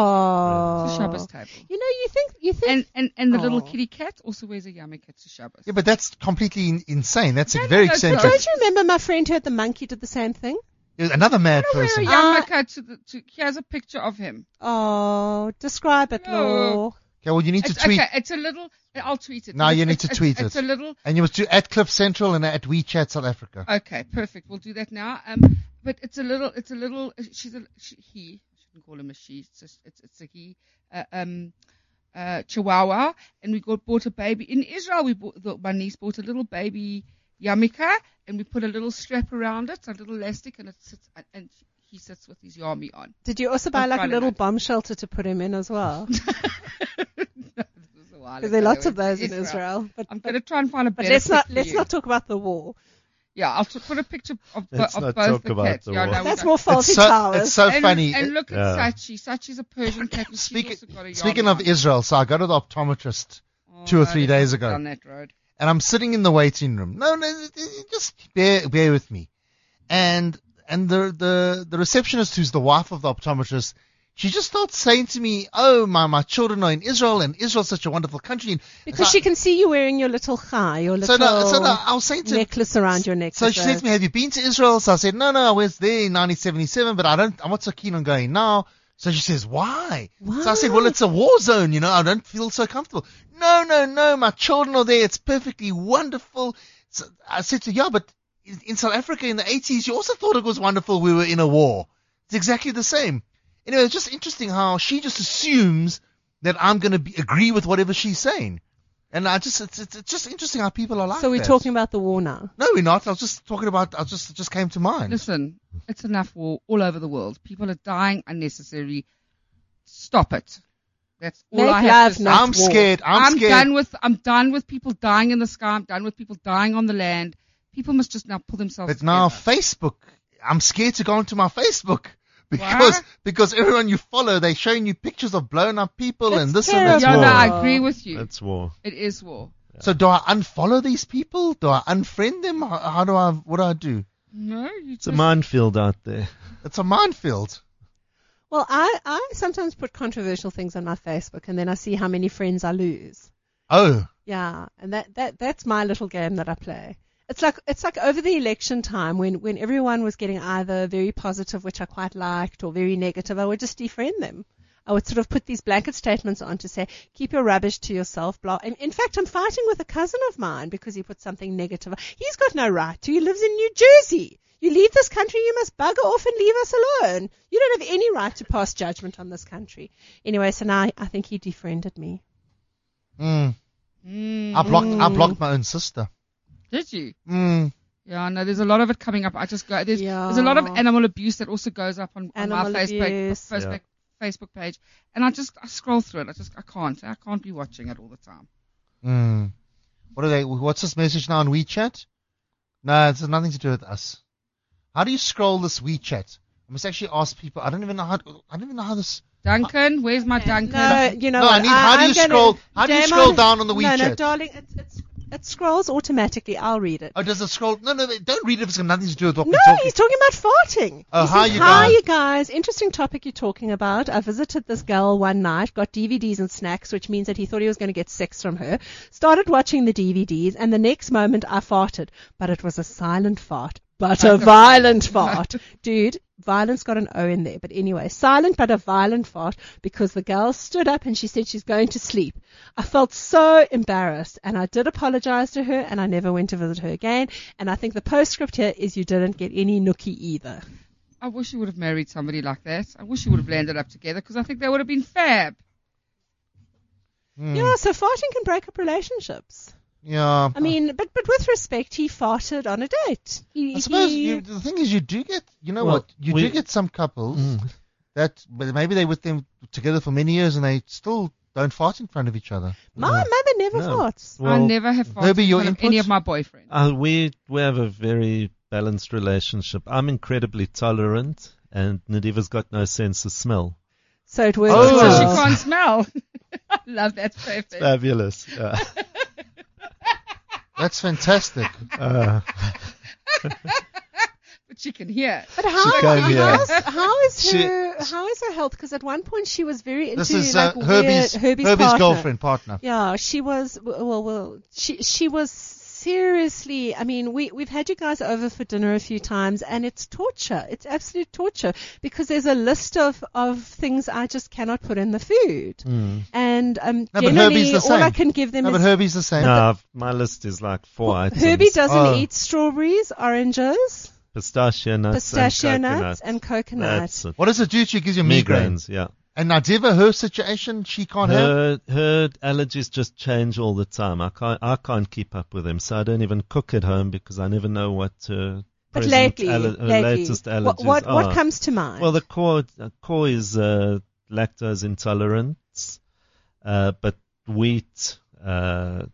Speaker 6: It's a
Speaker 4: Oh.
Speaker 6: Shabbos table.
Speaker 4: You know, you think you think
Speaker 6: And and and the little
Speaker 4: Aw.
Speaker 6: kitty cat also wears a yarmulke to Shabbos.
Speaker 2: Yeah, but that's completely in, insane. That's
Speaker 6: No, no,
Speaker 2: very
Speaker 6: no, it's
Speaker 2: eccentric.
Speaker 4: don't you remember my friend who had the monkey did the same thing?
Speaker 2: You're Another mad
Speaker 6: I wear a
Speaker 2: person.
Speaker 4: Ah.
Speaker 6: yarmulke to the to. Here's a picture of him.
Speaker 4: Oh, describe it,
Speaker 6: No.
Speaker 4: Law.
Speaker 2: Okay, well you need to
Speaker 6: It's,
Speaker 2: tweet,
Speaker 6: okay, it's a little. I'll tweet it.
Speaker 2: No, you
Speaker 6: It's-
Speaker 2: need
Speaker 6: it's-
Speaker 2: to
Speaker 6: it's-
Speaker 2: tweet
Speaker 6: It's
Speaker 2: it.
Speaker 6: a little.
Speaker 2: and you must do at Cliff Central and at WeChat South Africa.
Speaker 6: Okay, perfect. We'll do that now. Um, but it's a little, it's a little. uh, She's a she, he. I shouldn't call him a she. It's just, it's, it's a he. Uh, um, uh, Chihuahua, and we got bought a baby in Israel. We bought the, my niece bought a little baby yarmulke, and we put a little strap around it, a little elastic, and it sits and he sits with his yarmulke on.
Speaker 4: Did you also buy
Speaker 6: On
Speaker 4: like a
Speaker 6: Friday
Speaker 4: little
Speaker 6: night.
Speaker 4: bomb shelter to put him in as
Speaker 2: <laughs>
Speaker 4: well?
Speaker 6: This was a while
Speaker 4: Because there are
Speaker 6: ago
Speaker 4: lots of
Speaker 6: when-
Speaker 4: those in Israel. But,
Speaker 6: I'm
Speaker 4: but,
Speaker 6: going to try and find a
Speaker 4: but
Speaker 6: better.
Speaker 4: let's not
Speaker 6: picture
Speaker 4: let's
Speaker 6: you.
Speaker 4: not talk about the war.
Speaker 6: Yeah, I'll t- put a picture of, bo-
Speaker 3: Let's
Speaker 6: of
Speaker 3: not
Speaker 6: both
Speaker 3: talk
Speaker 6: the
Speaker 3: about
Speaker 6: cats.
Speaker 3: the
Speaker 6: yeah,
Speaker 3: war.
Speaker 6: no, we
Speaker 4: That's
Speaker 6: don't.
Speaker 4: more faulty
Speaker 2: It's so,
Speaker 4: towers.
Speaker 2: it's so
Speaker 6: and,
Speaker 2: funny.
Speaker 6: And look at
Speaker 3: Yeah.
Speaker 6: Sachi. Sachi's a Persian cat. And she's
Speaker 2: Speaking,
Speaker 6: also got a
Speaker 2: speaking
Speaker 6: yarmulke
Speaker 2: of
Speaker 6: on.
Speaker 2: Israel, so I go to the optometrist two or
Speaker 6: Oh,
Speaker 2: three
Speaker 6: no,
Speaker 2: days
Speaker 6: it's
Speaker 2: ago.
Speaker 6: down that road.
Speaker 2: and I'm sitting in the waiting room. No, no, it- it- just bear bear with me. And and the the the receptionist, who's the wife of the optometrist, she just starts saying to me, "Oh, my my children are in Israel, and Israel's such a wonderful country." And
Speaker 4: Because
Speaker 2: so
Speaker 4: she can see you wearing your little chai, your
Speaker 2: I,
Speaker 4: little
Speaker 2: so no, so no, I was saying to
Speaker 4: necklace around your neck.
Speaker 2: so
Speaker 4: with
Speaker 2: she
Speaker 4: a-
Speaker 2: said to me, "Have you been to Israel?" So I said, "No, no, I was there in 1977, but I don't. I'm not so keen on going now." So she says, "Why?" So I said, "Well,
Speaker 4: Why?
Speaker 2: it's a war zone, you know. I don't feel so comfortable." No, no, no. My children are there. It's perfectly wonderful. So I said to her, "Yeah, but in- in South Africa in the 80s, you also thought it was wonderful. We were in a war. It's exactly the same." Anyway, it's just interesting how she just assumes that I'm going to agree with whatever she's saying, and I just it's, it's, it's just interesting how people are like.
Speaker 4: so we're
Speaker 2: that.
Speaker 4: talking about the war now.
Speaker 2: No, we're not. I was just talking about. I just it just came to mind.
Speaker 6: Listen, it's enough war all over the world. People are dying unnecessarily. Stop it. That's all
Speaker 4: Make
Speaker 6: I have
Speaker 4: love,
Speaker 6: to say.
Speaker 4: not
Speaker 2: I'm
Speaker 4: war.
Speaker 2: scared. I'm,
Speaker 6: I'm
Speaker 2: scared.
Speaker 6: done with I'm done with people dying in the sky. I'm done with people dying on the land. People must just now pull themselves.
Speaker 2: But now
Speaker 6: together.
Speaker 2: Facebook. I'm scared to go onto my Facebook <laughs> because
Speaker 6: What?
Speaker 2: because everyone you follow they're showing you pictures of blown up people and
Speaker 4: That's
Speaker 2: this and
Speaker 4: terrible.
Speaker 2: that.
Speaker 6: yeah, no,
Speaker 3: war.
Speaker 6: I agree with you.
Speaker 3: That's war.
Speaker 6: it is war.
Speaker 2: So do I unfollow these people? Do I unfriend them? How, how do I? What do I do?
Speaker 6: No, you
Speaker 3: It's a
Speaker 6: just,
Speaker 3: minefield out
Speaker 4: <laughs>
Speaker 3: there.
Speaker 2: It's a minefield.
Speaker 4: Well, I, I sometimes put controversial things on my Facebook and then I see how many friends I lose.
Speaker 2: Oh,
Speaker 4: Yeah, and that, that that's my little game that I play. It's like it's like over the election time when, when everyone was getting either very positive, which I quite liked, or very negative, I would just defriend them. I would sort of put these blanket statements on to say, keep your rubbish to yourself, blah. And in fact, I'm fighting with a cousin of mine because he put something negative. He's got no right to. He lives in New Jersey. You leave this country, you must bugger off and leave us alone. You don't have any right to pass judgment on this country. Anyway, so now I, I think he defriended me.
Speaker 2: mm.
Speaker 6: Mm,
Speaker 2: I blocked. I
Speaker 4: Mm.
Speaker 2: blocked my own sister.
Speaker 6: did you?
Speaker 2: Mm.
Speaker 6: Yeah, I know. There's a lot of it coming up. I just go. There's, there's a lot of
Speaker 4: Yeah.
Speaker 6: animal abuse that also goes up on, on my
Speaker 4: Animal
Speaker 6: Facebook
Speaker 4: abuse.
Speaker 6: Facebook, Facebook page, and I just I scroll through it. I just I can't. I can't be watching it all the time.
Speaker 2: Mm. What are they? What's this message now on WeChat? No, it's nothing to do with us. How do you scroll this WeChat? I must actually ask people. I don't even know how. I don't even know how this.
Speaker 6: Duncan, where's my Duncan?
Speaker 4: No, you know
Speaker 2: No, I
Speaker 4: what?
Speaker 2: need- how do
Speaker 4: I'm
Speaker 2: you
Speaker 4: gonna-
Speaker 2: scroll- how do you
Speaker 4: Damon-
Speaker 2: scroll down on the
Speaker 4: No, no,
Speaker 2: WeChat?
Speaker 4: darling, it, it's, it scrolls automatically. I'll read it.
Speaker 2: Oh, does it scroll? No, no, don't read it if it's got nothing to do with what
Speaker 4: No,
Speaker 2: we're talking.
Speaker 4: he's talking about farting.
Speaker 2: Oh,
Speaker 4: He
Speaker 2: hi,
Speaker 4: says,
Speaker 2: you
Speaker 4: Hi,
Speaker 2: guys."
Speaker 4: you guys. Interesting topic you're talking about. I visited this girl one night, got DVDs and snacks, which means that he thought he was going to get sex from her. Started watching the DVDs, and the next moment I farted, but it was a silent fart,
Speaker 2: <laughs>
Speaker 4: but a violent fart. Dude, violence got an O in there. But anyway, silent but a violent fart because the girl stood up and she said she's going to sleep. I felt so embarrassed and I did apologize to her and I never went to visit her again. And I think the postscript here is you didn't get any nookie either.
Speaker 6: I wish you would have married somebody like that. I wish you would have landed up together because I think they would have been fab.
Speaker 2: Mm,
Speaker 4: Yeah, so farting can break up relationships.
Speaker 2: Hmm. yeah.
Speaker 4: I mean, but but with respect, he farted on a date. He,
Speaker 2: I suppose
Speaker 4: he-
Speaker 2: you, the thing is, you do get. You know
Speaker 3: Well,
Speaker 2: what? You
Speaker 3: we-
Speaker 2: do get some couples
Speaker 3: Mm.
Speaker 2: that but maybe they with them together for many years and they still don't fart in front of each other.
Speaker 4: my mother never
Speaker 3: No.
Speaker 4: farts.
Speaker 6: I
Speaker 3: Well,
Speaker 6: never have farted
Speaker 2: Ruby,
Speaker 6: in
Speaker 2: your
Speaker 6: front of
Speaker 2: input?
Speaker 6: any of my boyfriends.
Speaker 3: uh, we we have a very balanced relationship. I'm incredibly tolerant, and Nadiva's got no sense of smell.
Speaker 4: So it works.
Speaker 2: Oh.
Speaker 6: So she
Speaker 4: well.
Speaker 6: can't smell. <laughs> I love that perfect.
Speaker 3: <laughs> Fabulous. Yeah.
Speaker 2: That's
Speaker 4: <laughs>
Speaker 2: fantastic.
Speaker 3: Uh,
Speaker 6: But she can hear.
Speaker 4: But how,
Speaker 3: came
Speaker 4: how-
Speaker 3: here.
Speaker 4: how's- how is
Speaker 3: She-
Speaker 4: her how is her health? Because at one point she was very into
Speaker 2: this is uh,
Speaker 4: like
Speaker 2: Herbie's,
Speaker 4: weird, Herbie's, partner.
Speaker 2: girlfriend partner.
Speaker 4: Yeah, she was. Well, well, she she was seriously. I mean, we we've had you guys over for dinner a few times, and it's torture. It's absolute torture because there's a list of of things I just cannot put in the food,
Speaker 3: mm.
Speaker 4: and um,
Speaker 2: but Herbie's
Speaker 4: generally
Speaker 2: the
Speaker 4: all I
Speaker 2: same.
Speaker 4: can give them
Speaker 2: No, but
Speaker 4: is.
Speaker 2: Herbie's the same.
Speaker 3: No, I've- my list is like four items.
Speaker 4: Herbie doesn't
Speaker 2: Oh.
Speaker 4: eat strawberries, oranges.
Speaker 3: Pistachio nuts.
Speaker 4: Pistachio
Speaker 3: and coconuts.
Speaker 4: nuts and
Speaker 3: That's
Speaker 4: coconuts.
Speaker 3: it.
Speaker 2: What does it do to you? It gives you migraines.
Speaker 3: Migraines, yeah.
Speaker 2: And Nadiva, her situation, she can't have.
Speaker 3: Her, her allergies just change all the time. I can't, I can't keep up with them, so I don't even cook at home because I never know what her,
Speaker 4: But
Speaker 3: present
Speaker 4: lately,
Speaker 3: aller- her
Speaker 4: lately,
Speaker 3: latest allergies
Speaker 4: what, what,
Speaker 3: are.
Speaker 4: what comes to mind?
Speaker 3: Well, the core uh, core is uh, lactose intolerance, uh, but wheat, uh,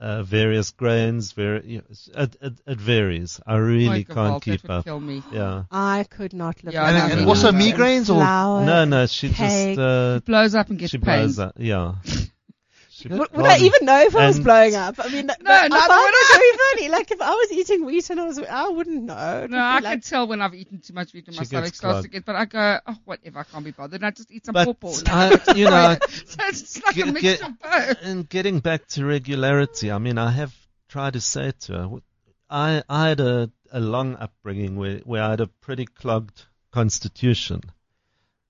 Speaker 3: uh, various grains, vari- it, it, it varies. I really
Speaker 6: Like
Speaker 3: can't
Speaker 6: a vault, that
Speaker 3: keep
Speaker 6: would
Speaker 3: up.
Speaker 6: Kill me.
Speaker 3: Yeah.
Speaker 4: I could not live
Speaker 6: Yeah,
Speaker 4: without
Speaker 6: and- and
Speaker 4: it.
Speaker 6: also
Speaker 2: migraines or-
Speaker 4: Flour,
Speaker 3: No, no, she
Speaker 4: Oh, cake.
Speaker 3: just uh,
Speaker 6: Blows up and gets
Speaker 3: she
Speaker 6: paid.
Speaker 3: blows up. Yeah.
Speaker 4: <laughs>
Speaker 3: She-
Speaker 4: Would, would I even know if I was
Speaker 3: Um, And-
Speaker 4: blowing up? I mean, no,
Speaker 6: No,
Speaker 4: I
Speaker 6: neither
Speaker 4: found
Speaker 6: would
Speaker 4: it very <laughs> funny. Like if I was eating wheat and I was, I wouldn't know. It would
Speaker 6: No, I
Speaker 4: be like,
Speaker 6: can tell when I've eaten too much wheat and my
Speaker 3: She
Speaker 6: stomach
Speaker 3: gets
Speaker 6: starts to
Speaker 3: clogged.
Speaker 6: get. But I go, oh, whatever, I can't be bothered. And I just eat some
Speaker 3: But
Speaker 6: pawpaw.
Speaker 3: I, you know, I-
Speaker 6: so <laughs> it's like a
Speaker 3: Get-
Speaker 6: mixture
Speaker 3: get-
Speaker 6: of
Speaker 3: <laughs>
Speaker 6: both.
Speaker 3: and getting back to regularity, I mean, I have tried to say to her, w- I, I had a, a long upbringing where, where I had a pretty clogged constitution.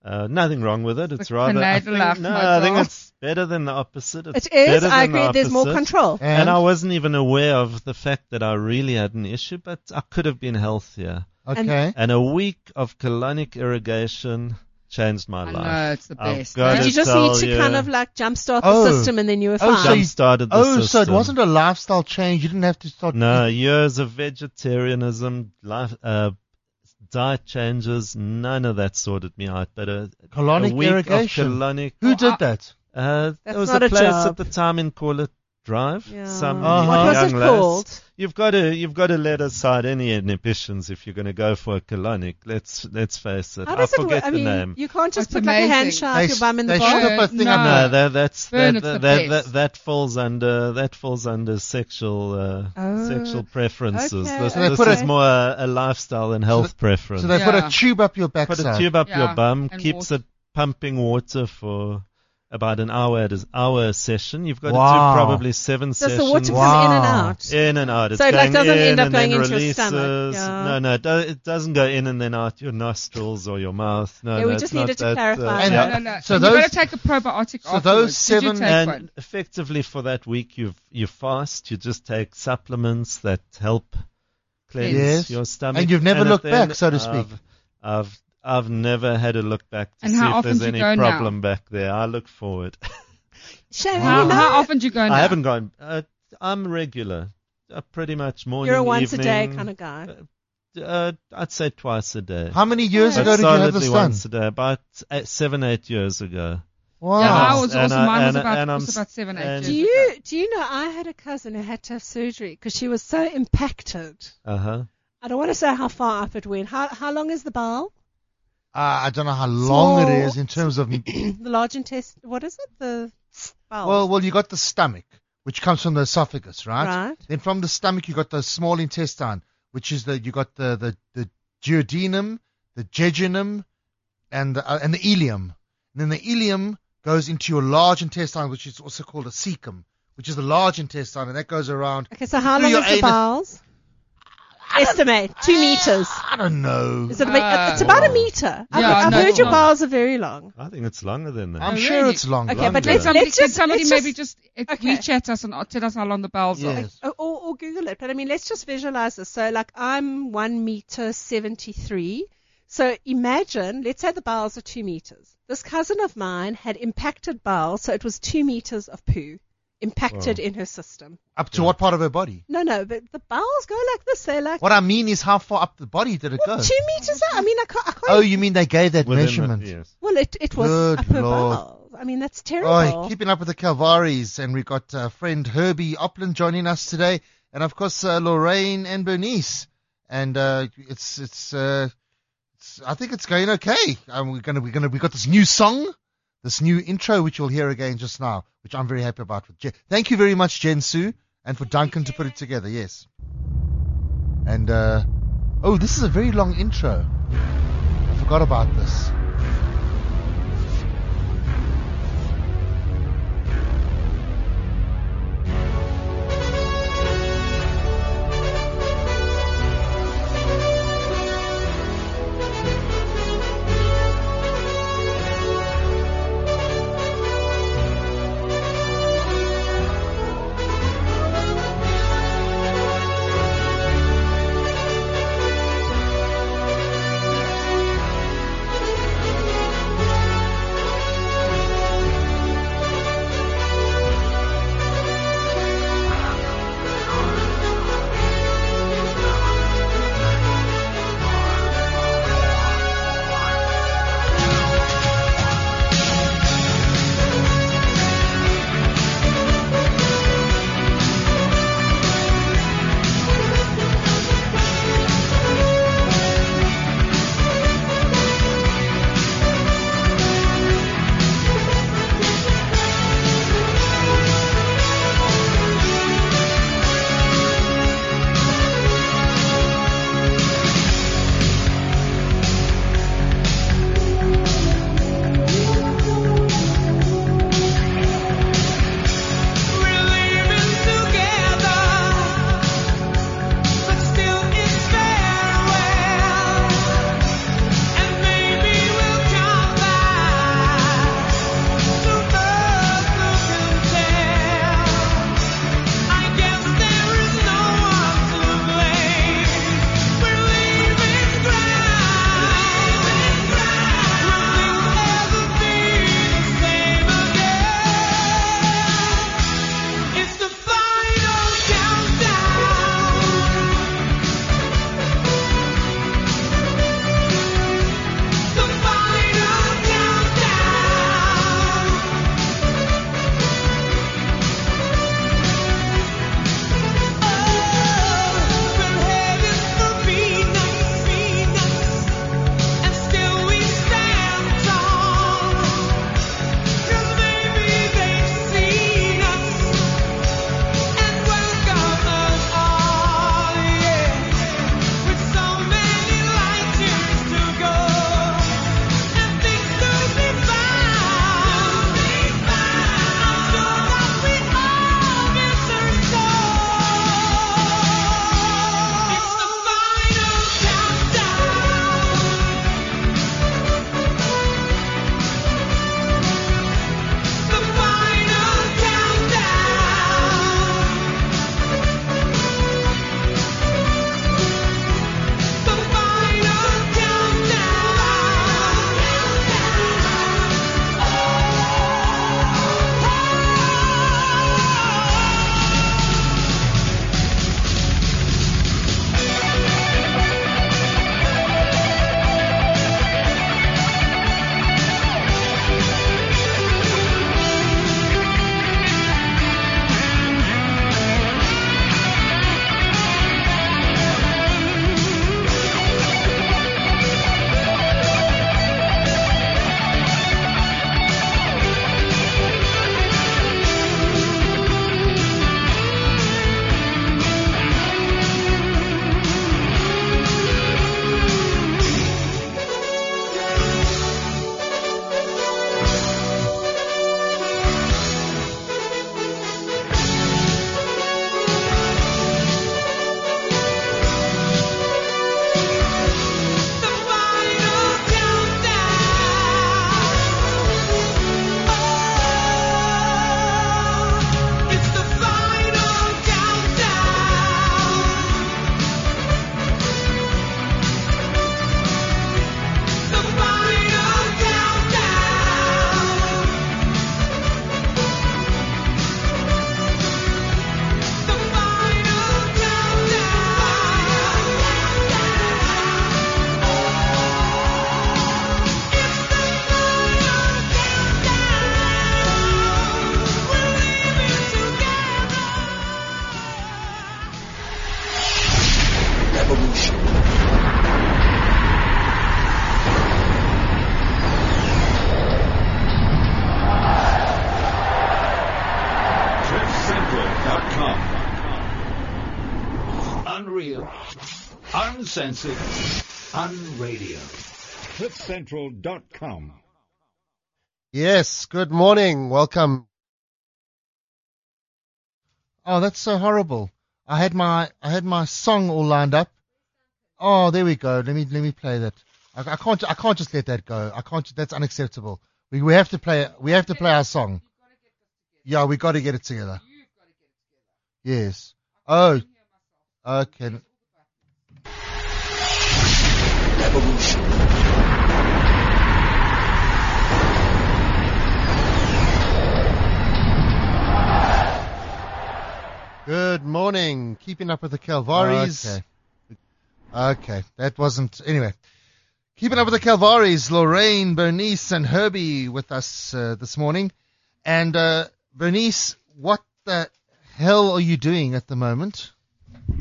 Speaker 3: Uh, nothing wrong with it. It's
Speaker 6: The
Speaker 3: rather. I
Speaker 6: Canadian
Speaker 3: think,
Speaker 6: laugh,
Speaker 3: no,
Speaker 6: my
Speaker 3: I think
Speaker 6: girl.
Speaker 3: it's better than the opposite. It's
Speaker 4: it is.
Speaker 3: Better
Speaker 4: I
Speaker 3: than the
Speaker 4: agree. There's more
Speaker 3: opposite.
Speaker 4: control.
Speaker 3: And,
Speaker 2: And,
Speaker 3: I wasn't even aware of the fact that I really had an issue, but I could have been healthier.
Speaker 2: okay.
Speaker 3: And a week of colonic irrigation changed my
Speaker 6: I
Speaker 3: life. Oh,
Speaker 6: know, it's the
Speaker 3: I've
Speaker 6: best.
Speaker 3: got
Speaker 6: eh?
Speaker 3: it.
Speaker 4: You just
Speaker 3: tell
Speaker 4: need to
Speaker 3: you-
Speaker 4: kind of like jumpstart the
Speaker 2: Oh.
Speaker 4: system, and then you're
Speaker 2: Oh,
Speaker 4: fine.
Speaker 2: so you-
Speaker 3: Jump-started the
Speaker 2: Oh, so it
Speaker 3: system.
Speaker 2: wasn't a lifestyle change. You didn't have to start.
Speaker 3: No, years of vegetarianism, life, uh, diet changes, none of that sorted me out. But a,
Speaker 2: Colonic
Speaker 3: a week
Speaker 2: irrigation.
Speaker 3: of colonic.
Speaker 2: Who did that?
Speaker 3: Uh,
Speaker 4: That's
Speaker 3: there was
Speaker 4: not
Speaker 3: a
Speaker 4: a
Speaker 3: place
Speaker 4: job.
Speaker 3: at the time in Corlett Drive.
Speaker 4: Yeah.
Speaker 3: Some
Speaker 2: Uh-huh.
Speaker 4: Oh, What was
Speaker 3: young
Speaker 4: it
Speaker 3: lass.
Speaker 4: called?
Speaker 3: You've got to you've got to let aside any inhibitions if you're going to go for a colonic. Let's let's face it.
Speaker 4: How
Speaker 3: I
Speaker 4: does it
Speaker 3: forget
Speaker 4: work? I
Speaker 3: the
Speaker 4: mean,
Speaker 3: name.
Speaker 4: you can't just
Speaker 6: That's
Speaker 4: put like a hand
Speaker 6: amazing.
Speaker 4: shark your
Speaker 2: s-
Speaker 4: bum in the
Speaker 2: they
Speaker 4: bowl.
Speaker 6: bar?
Speaker 2: strip a thing
Speaker 6: No.
Speaker 2: up
Speaker 4: Ah.
Speaker 3: no, that that's
Speaker 6: Burn,
Speaker 3: that
Speaker 6: it's the
Speaker 3: that, that,
Speaker 6: best.
Speaker 3: that falls under that falls under sexual uh,
Speaker 4: Oh.
Speaker 3: sexual preferences.
Speaker 4: Okay,
Speaker 3: This,
Speaker 2: So they
Speaker 3: this
Speaker 2: put
Speaker 3: is
Speaker 2: a-
Speaker 3: more a, a lifestyle and health preference.
Speaker 2: So they put
Speaker 6: Yeah.
Speaker 2: a tube up your
Speaker 3: put
Speaker 2: backside.
Speaker 3: a tube up
Speaker 6: Yeah,
Speaker 3: your bum,
Speaker 6: and
Speaker 3: keeps
Speaker 6: water.
Speaker 3: it pumping water for about an hour at an hour session. You've got
Speaker 2: Wow.
Speaker 3: to do probably seven
Speaker 4: Does the
Speaker 3: sessions.
Speaker 4: water
Speaker 2: Wow.
Speaker 4: come in and out?
Speaker 3: In and out. It's
Speaker 4: So it,
Speaker 3: going
Speaker 4: like, doesn't
Speaker 3: in
Speaker 4: end up
Speaker 3: and
Speaker 4: going
Speaker 3: then
Speaker 4: into your
Speaker 3: releases.
Speaker 4: stomach, yeah.
Speaker 3: No, no, it, do, it doesn't go in and then out your nostrils or your mouth. No,
Speaker 4: Yeah, we
Speaker 3: that's
Speaker 4: just
Speaker 3: not
Speaker 4: needed to
Speaker 3: that,
Speaker 4: clarify
Speaker 3: Uh,
Speaker 2: And-
Speaker 6: no,
Speaker 3: yeah.
Speaker 6: no, no.
Speaker 2: so
Speaker 6: So
Speaker 2: those-
Speaker 6: you got to take a probiotic
Speaker 2: so
Speaker 6: afterwards.
Speaker 2: those
Speaker 6: Did you
Speaker 2: seven
Speaker 6: take
Speaker 3: and
Speaker 6: one?
Speaker 3: effectively for that week you you fast you just take supplements that help cleanse
Speaker 2: Yes.
Speaker 3: your stomach
Speaker 2: And you've never
Speaker 3: at
Speaker 2: looked
Speaker 3: the end,
Speaker 2: back, so to
Speaker 3: I've-
Speaker 2: speak.
Speaker 3: I've I've never had a look back to
Speaker 6: And
Speaker 3: see
Speaker 6: how
Speaker 3: if
Speaker 6: often
Speaker 3: there's
Speaker 6: do you
Speaker 3: any
Speaker 6: go now?
Speaker 3: problem back there. I look forward.
Speaker 4: Shame,
Speaker 6: How,
Speaker 4: you know,
Speaker 6: how often do you go now?
Speaker 3: I haven't gone. Uh, I'm regular. Uh, pretty much morning.
Speaker 4: you're a once
Speaker 3: evening,
Speaker 4: a day kind of guy.
Speaker 3: Uh, I'd say twice a day.
Speaker 2: How many years
Speaker 4: Yeah.
Speaker 2: ago
Speaker 3: But
Speaker 2: did you have
Speaker 3: solidly
Speaker 2: this done?
Speaker 3: once a day, about eight, seven, eight years ago.
Speaker 2: Wow.
Speaker 6: Yeah, I
Speaker 3: Oh.
Speaker 6: was
Speaker 3: And
Speaker 6: also,
Speaker 3: I-
Speaker 6: mine was
Speaker 3: and-
Speaker 6: about,
Speaker 3: and I'm
Speaker 6: was about seven, eight
Speaker 3: and-
Speaker 4: Do
Speaker 6: years
Speaker 4: you do you know I had a cousin who had to have surgery because she was so impacted.
Speaker 3: Uh huh.
Speaker 4: I don't want to say how far up it went. How how long is the bowel?
Speaker 2: Uh, I don't know how long it
Speaker 4: Small-
Speaker 2: is in terms of.
Speaker 4: the large intestine. What is it? The
Speaker 2: <clears throat>
Speaker 4: bowel.
Speaker 2: Well, well, you got the stomach, which comes from the esophagus, right?
Speaker 4: right.
Speaker 2: Then from the stomach, you got the small intestine, which is the you got the the, the duodenum, the jejunum, and the uh, and the ileum. And then the ileum goes into your large intestine, which is also called a cecum, which is the large intestine, and that goes around.
Speaker 4: Okay, so how
Speaker 2: Through
Speaker 4: long
Speaker 2: your
Speaker 4: is the
Speaker 2: anus.
Speaker 4: bowels? Estimate two meters.
Speaker 2: I don't know.
Speaker 4: Is it? A, bit- it's about a meter. I've,
Speaker 6: Yeah,
Speaker 4: I've
Speaker 6: no,
Speaker 4: heard
Speaker 6: it's
Speaker 4: your
Speaker 6: long.
Speaker 4: bowels are very long.
Speaker 3: I think it's longer than that.
Speaker 2: I'm
Speaker 6: Oh,
Speaker 2: sure
Speaker 6: really?
Speaker 2: it's long.
Speaker 4: Okay,
Speaker 3: Longer.
Speaker 4: but
Speaker 6: Can
Speaker 4: let's,
Speaker 6: somebody,
Speaker 4: let's
Speaker 6: can
Speaker 4: just
Speaker 6: somebody
Speaker 4: let's
Speaker 6: maybe
Speaker 4: just,
Speaker 6: just, if
Speaker 4: Okay.
Speaker 6: WeChat us and uh, tell us how long the bowels are.
Speaker 2: Yes.
Speaker 4: or, or Oh, Google it. But I mean, let's just visualize this. So, like, I'm one meter seventy three. So imagine, let's say the bowels are two meters. This cousin of mine had impacted bowels, so it was two meters of poo impacted
Speaker 3: Wow.
Speaker 4: in her system.
Speaker 2: Up to what part of her body?
Speaker 4: No, no, but the bowels go like this. They're like
Speaker 2: What I mean is, how far up the body did it
Speaker 4: well,
Speaker 2: go?
Speaker 4: two meters out. I mean, I can't. I can't
Speaker 2: Oh, you mean they gave that
Speaker 3: Within the-
Speaker 2: measurement?
Speaker 3: yes.
Speaker 4: Well, it, it was
Speaker 2: Good
Speaker 4: upper
Speaker 2: Lord.
Speaker 4: bowels. I mean, that's terrible.
Speaker 2: Oh, keeping up with the Calvaries, and we've got uh, friend Herbie Opland joining us today, and of course uh, Lorraine and Bernice. And uh, it's it's, uh, it's I think it's going okay. Um, we're gonna we're gonna we got this new song, this new intro which you'll hear again just now, which I'm very happy about. With Je- Thank you very much, Jen Sue, and for Duncan to put it together. Yes. And uh, oh, this is a very long intro. I forgot about this.
Speaker 7: Thank Unreal. Uncensored. Unradio. CliffCentral.com.
Speaker 8: Yes, good morning. Welcome.
Speaker 2: Oh, that's so horrible. I had my I had my song all lined up. Oh, there we go. Let me let me play that. I, I can't I can't just let that go. I can't. That's unacceptable. We we have to play we have to play our song. Yeah, we got to get it together. Yes. Oh. Okay.
Speaker 7: Evolution.
Speaker 8: Good morning. Keeping up with the Calvaries.
Speaker 2: Okay. Okay, that wasn't. Anyway, keeping up with the Calvaries, Lorraine, Bernice, and Herbie with us uh, this morning. And uh, Bernice, what the hell are you doing at the moment?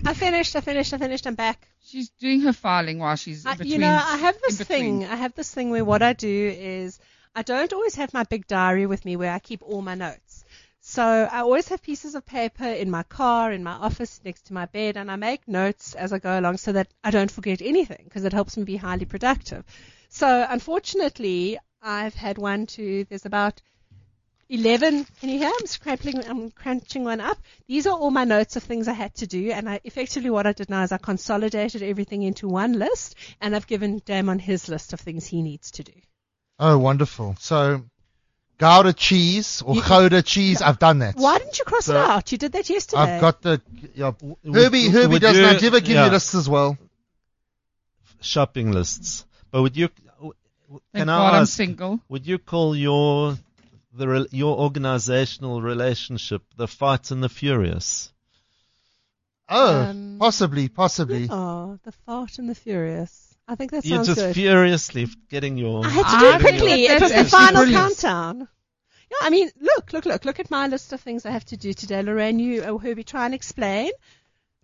Speaker 4: I finished. I finished. I finished. I'm back.
Speaker 6: She's doing her filing while she's in
Speaker 4: I,
Speaker 6: between.
Speaker 4: you know, I have this
Speaker 6: in between.
Speaker 4: thing. I have this thing where what I do is I don't always have my big diary with me where I keep all my notes. So I always have pieces of paper in my car, in my office, next to my bed, and I make notes as I go along so that I don't forget anything because it helps me be highly productive. So unfortunately, I've had one, two, there's about 11. Can you hear? I'm scrambling, I'm crunching one up. These are all my notes of things I had to do. And I, effectively, what I did now is I consolidated everything into one list and I've given Damon his list of things he needs to do.
Speaker 2: Oh, wonderful. So, Gouda cheese or
Speaker 4: You-
Speaker 2: Gouda cheese, I've done that.
Speaker 4: Why didn't you cross it
Speaker 2: So-
Speaker 4: out? You did that yesterday.
Speaker 2: I've got the. Yeah,
Speaker 3: Would-
Speaker 2: Herbie, Herbie
Speaker 3: would
Speaker 2: does
Speaker 3: you-
Speaker 2: not ever give
Speaker 3: yeah,
Speaker 2: you lists as well.
Speaker 3: shopping lists. But would you?
Speaker 6: Thank
Speaker 3: Can
Speaker 6: God
Speaker 3: I
Speaker 6: I'm
Speaker 3: ask?
Speaker 6: single.
Speaker 3: Would you call your the rel- your organizational relationship the fight and the furious?
Speaker 2: Oh,
Speaker 4: Um,
Speaker 2: possibly, possibly.
Speaker 4: Oh, the fart and the furious. I think that
Speaker 3: You're
Speaker 4: sounds
Speaker 3: just
Speaker 4: good.
Speaker 3: furiously f- getting your.
Speaker 4: I had to do
Speaker 6: I
Speaker 4: it
Speaker 6: think
Speaker 4: quickly.
Speaker 6: that
Speaker 4: It was the
Speaker 6: that's
Speaker 4: final
Speaker 6: brilliant.
Speaker 4: countdown. Yeah, I mean, look, look, look, look at my list of things I have to do today. Lorraine, you, oh, Herbie, try and explain.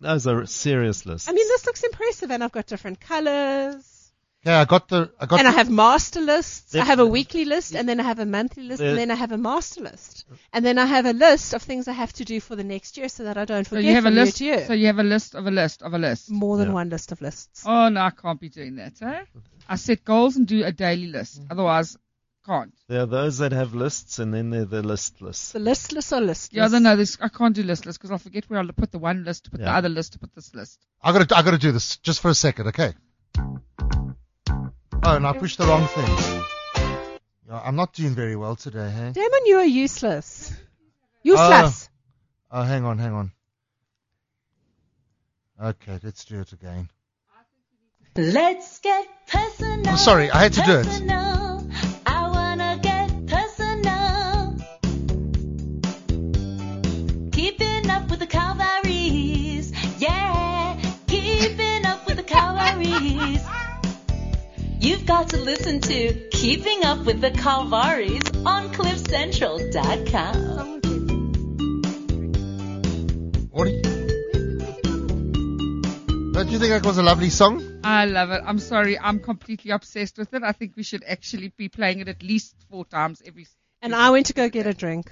Speaker 3: Those are serious lists.
Speaker 4: I mean, this looks impressive, and I've got different colors.
Speaker 2: yeah, I got the. I got
Speaker 4: and I have master lists. I
Speaker 3: That's-
Speaker 4: have a weekly list, and then I have a monthly list, and
Speaker 3: The-
Speaker 4: then I have a master list, and then I have a list of things I have to do for the next year, so that I don't
Speaker 6: So
Speaker 4: forget
Speaker 6: you have a
Speaker 4: from year
Speaker 6: list.
Speaker 4: to year.
Speaker 6: So you have a list of a list of a list.
Speaker 4: More than
Speaker 3: Yeah.
Speaker 4: one list of lists.
Speaker 6: Oh no, I can't be doing that. Eh? I set goals and do a daily list.
Speaker 2: Mm.
Speaker 6: Otherwise, can't.
Speaker 3: there are those that have lists, and then there are the listless.
Speaker 4: The listless or listless.
Speaker 6: Yeah, I don't know this. I can't do list list because I forget where I put the one list, to put the
Speaker 3: Yeah.
Speaker 6: other list, to put this list.
Speaker 2: I gotta, I gotta do this just for a second, okay? Oh, and I pushed the wrong thing. Yeah, I'm not doing very well today, hey?
Speaker 4: Damon, you are useless. Useless.
Speaker 2: Oh, hang on, hang on. Okay, let's do it again.
Speaker 1: Let's get personal.
Speaker 2: I'm Oh, sorry, I had to do it.
Speaker 1: personal. I wanna get personal. Keeping up with the Calvaries. Yeah, keeping up with the Calvaries. You've got to listen to Keeping Up with the Calvaries on CliffCentral.com.
Speaker 2: What do you? Don't you think that was a lovely song?
Speaker 6: I love it. I'm sorry. I'm completely obsessed with it. I think we should actually be playing it at least four times every.
Speaker 4: And I went to go get a drink.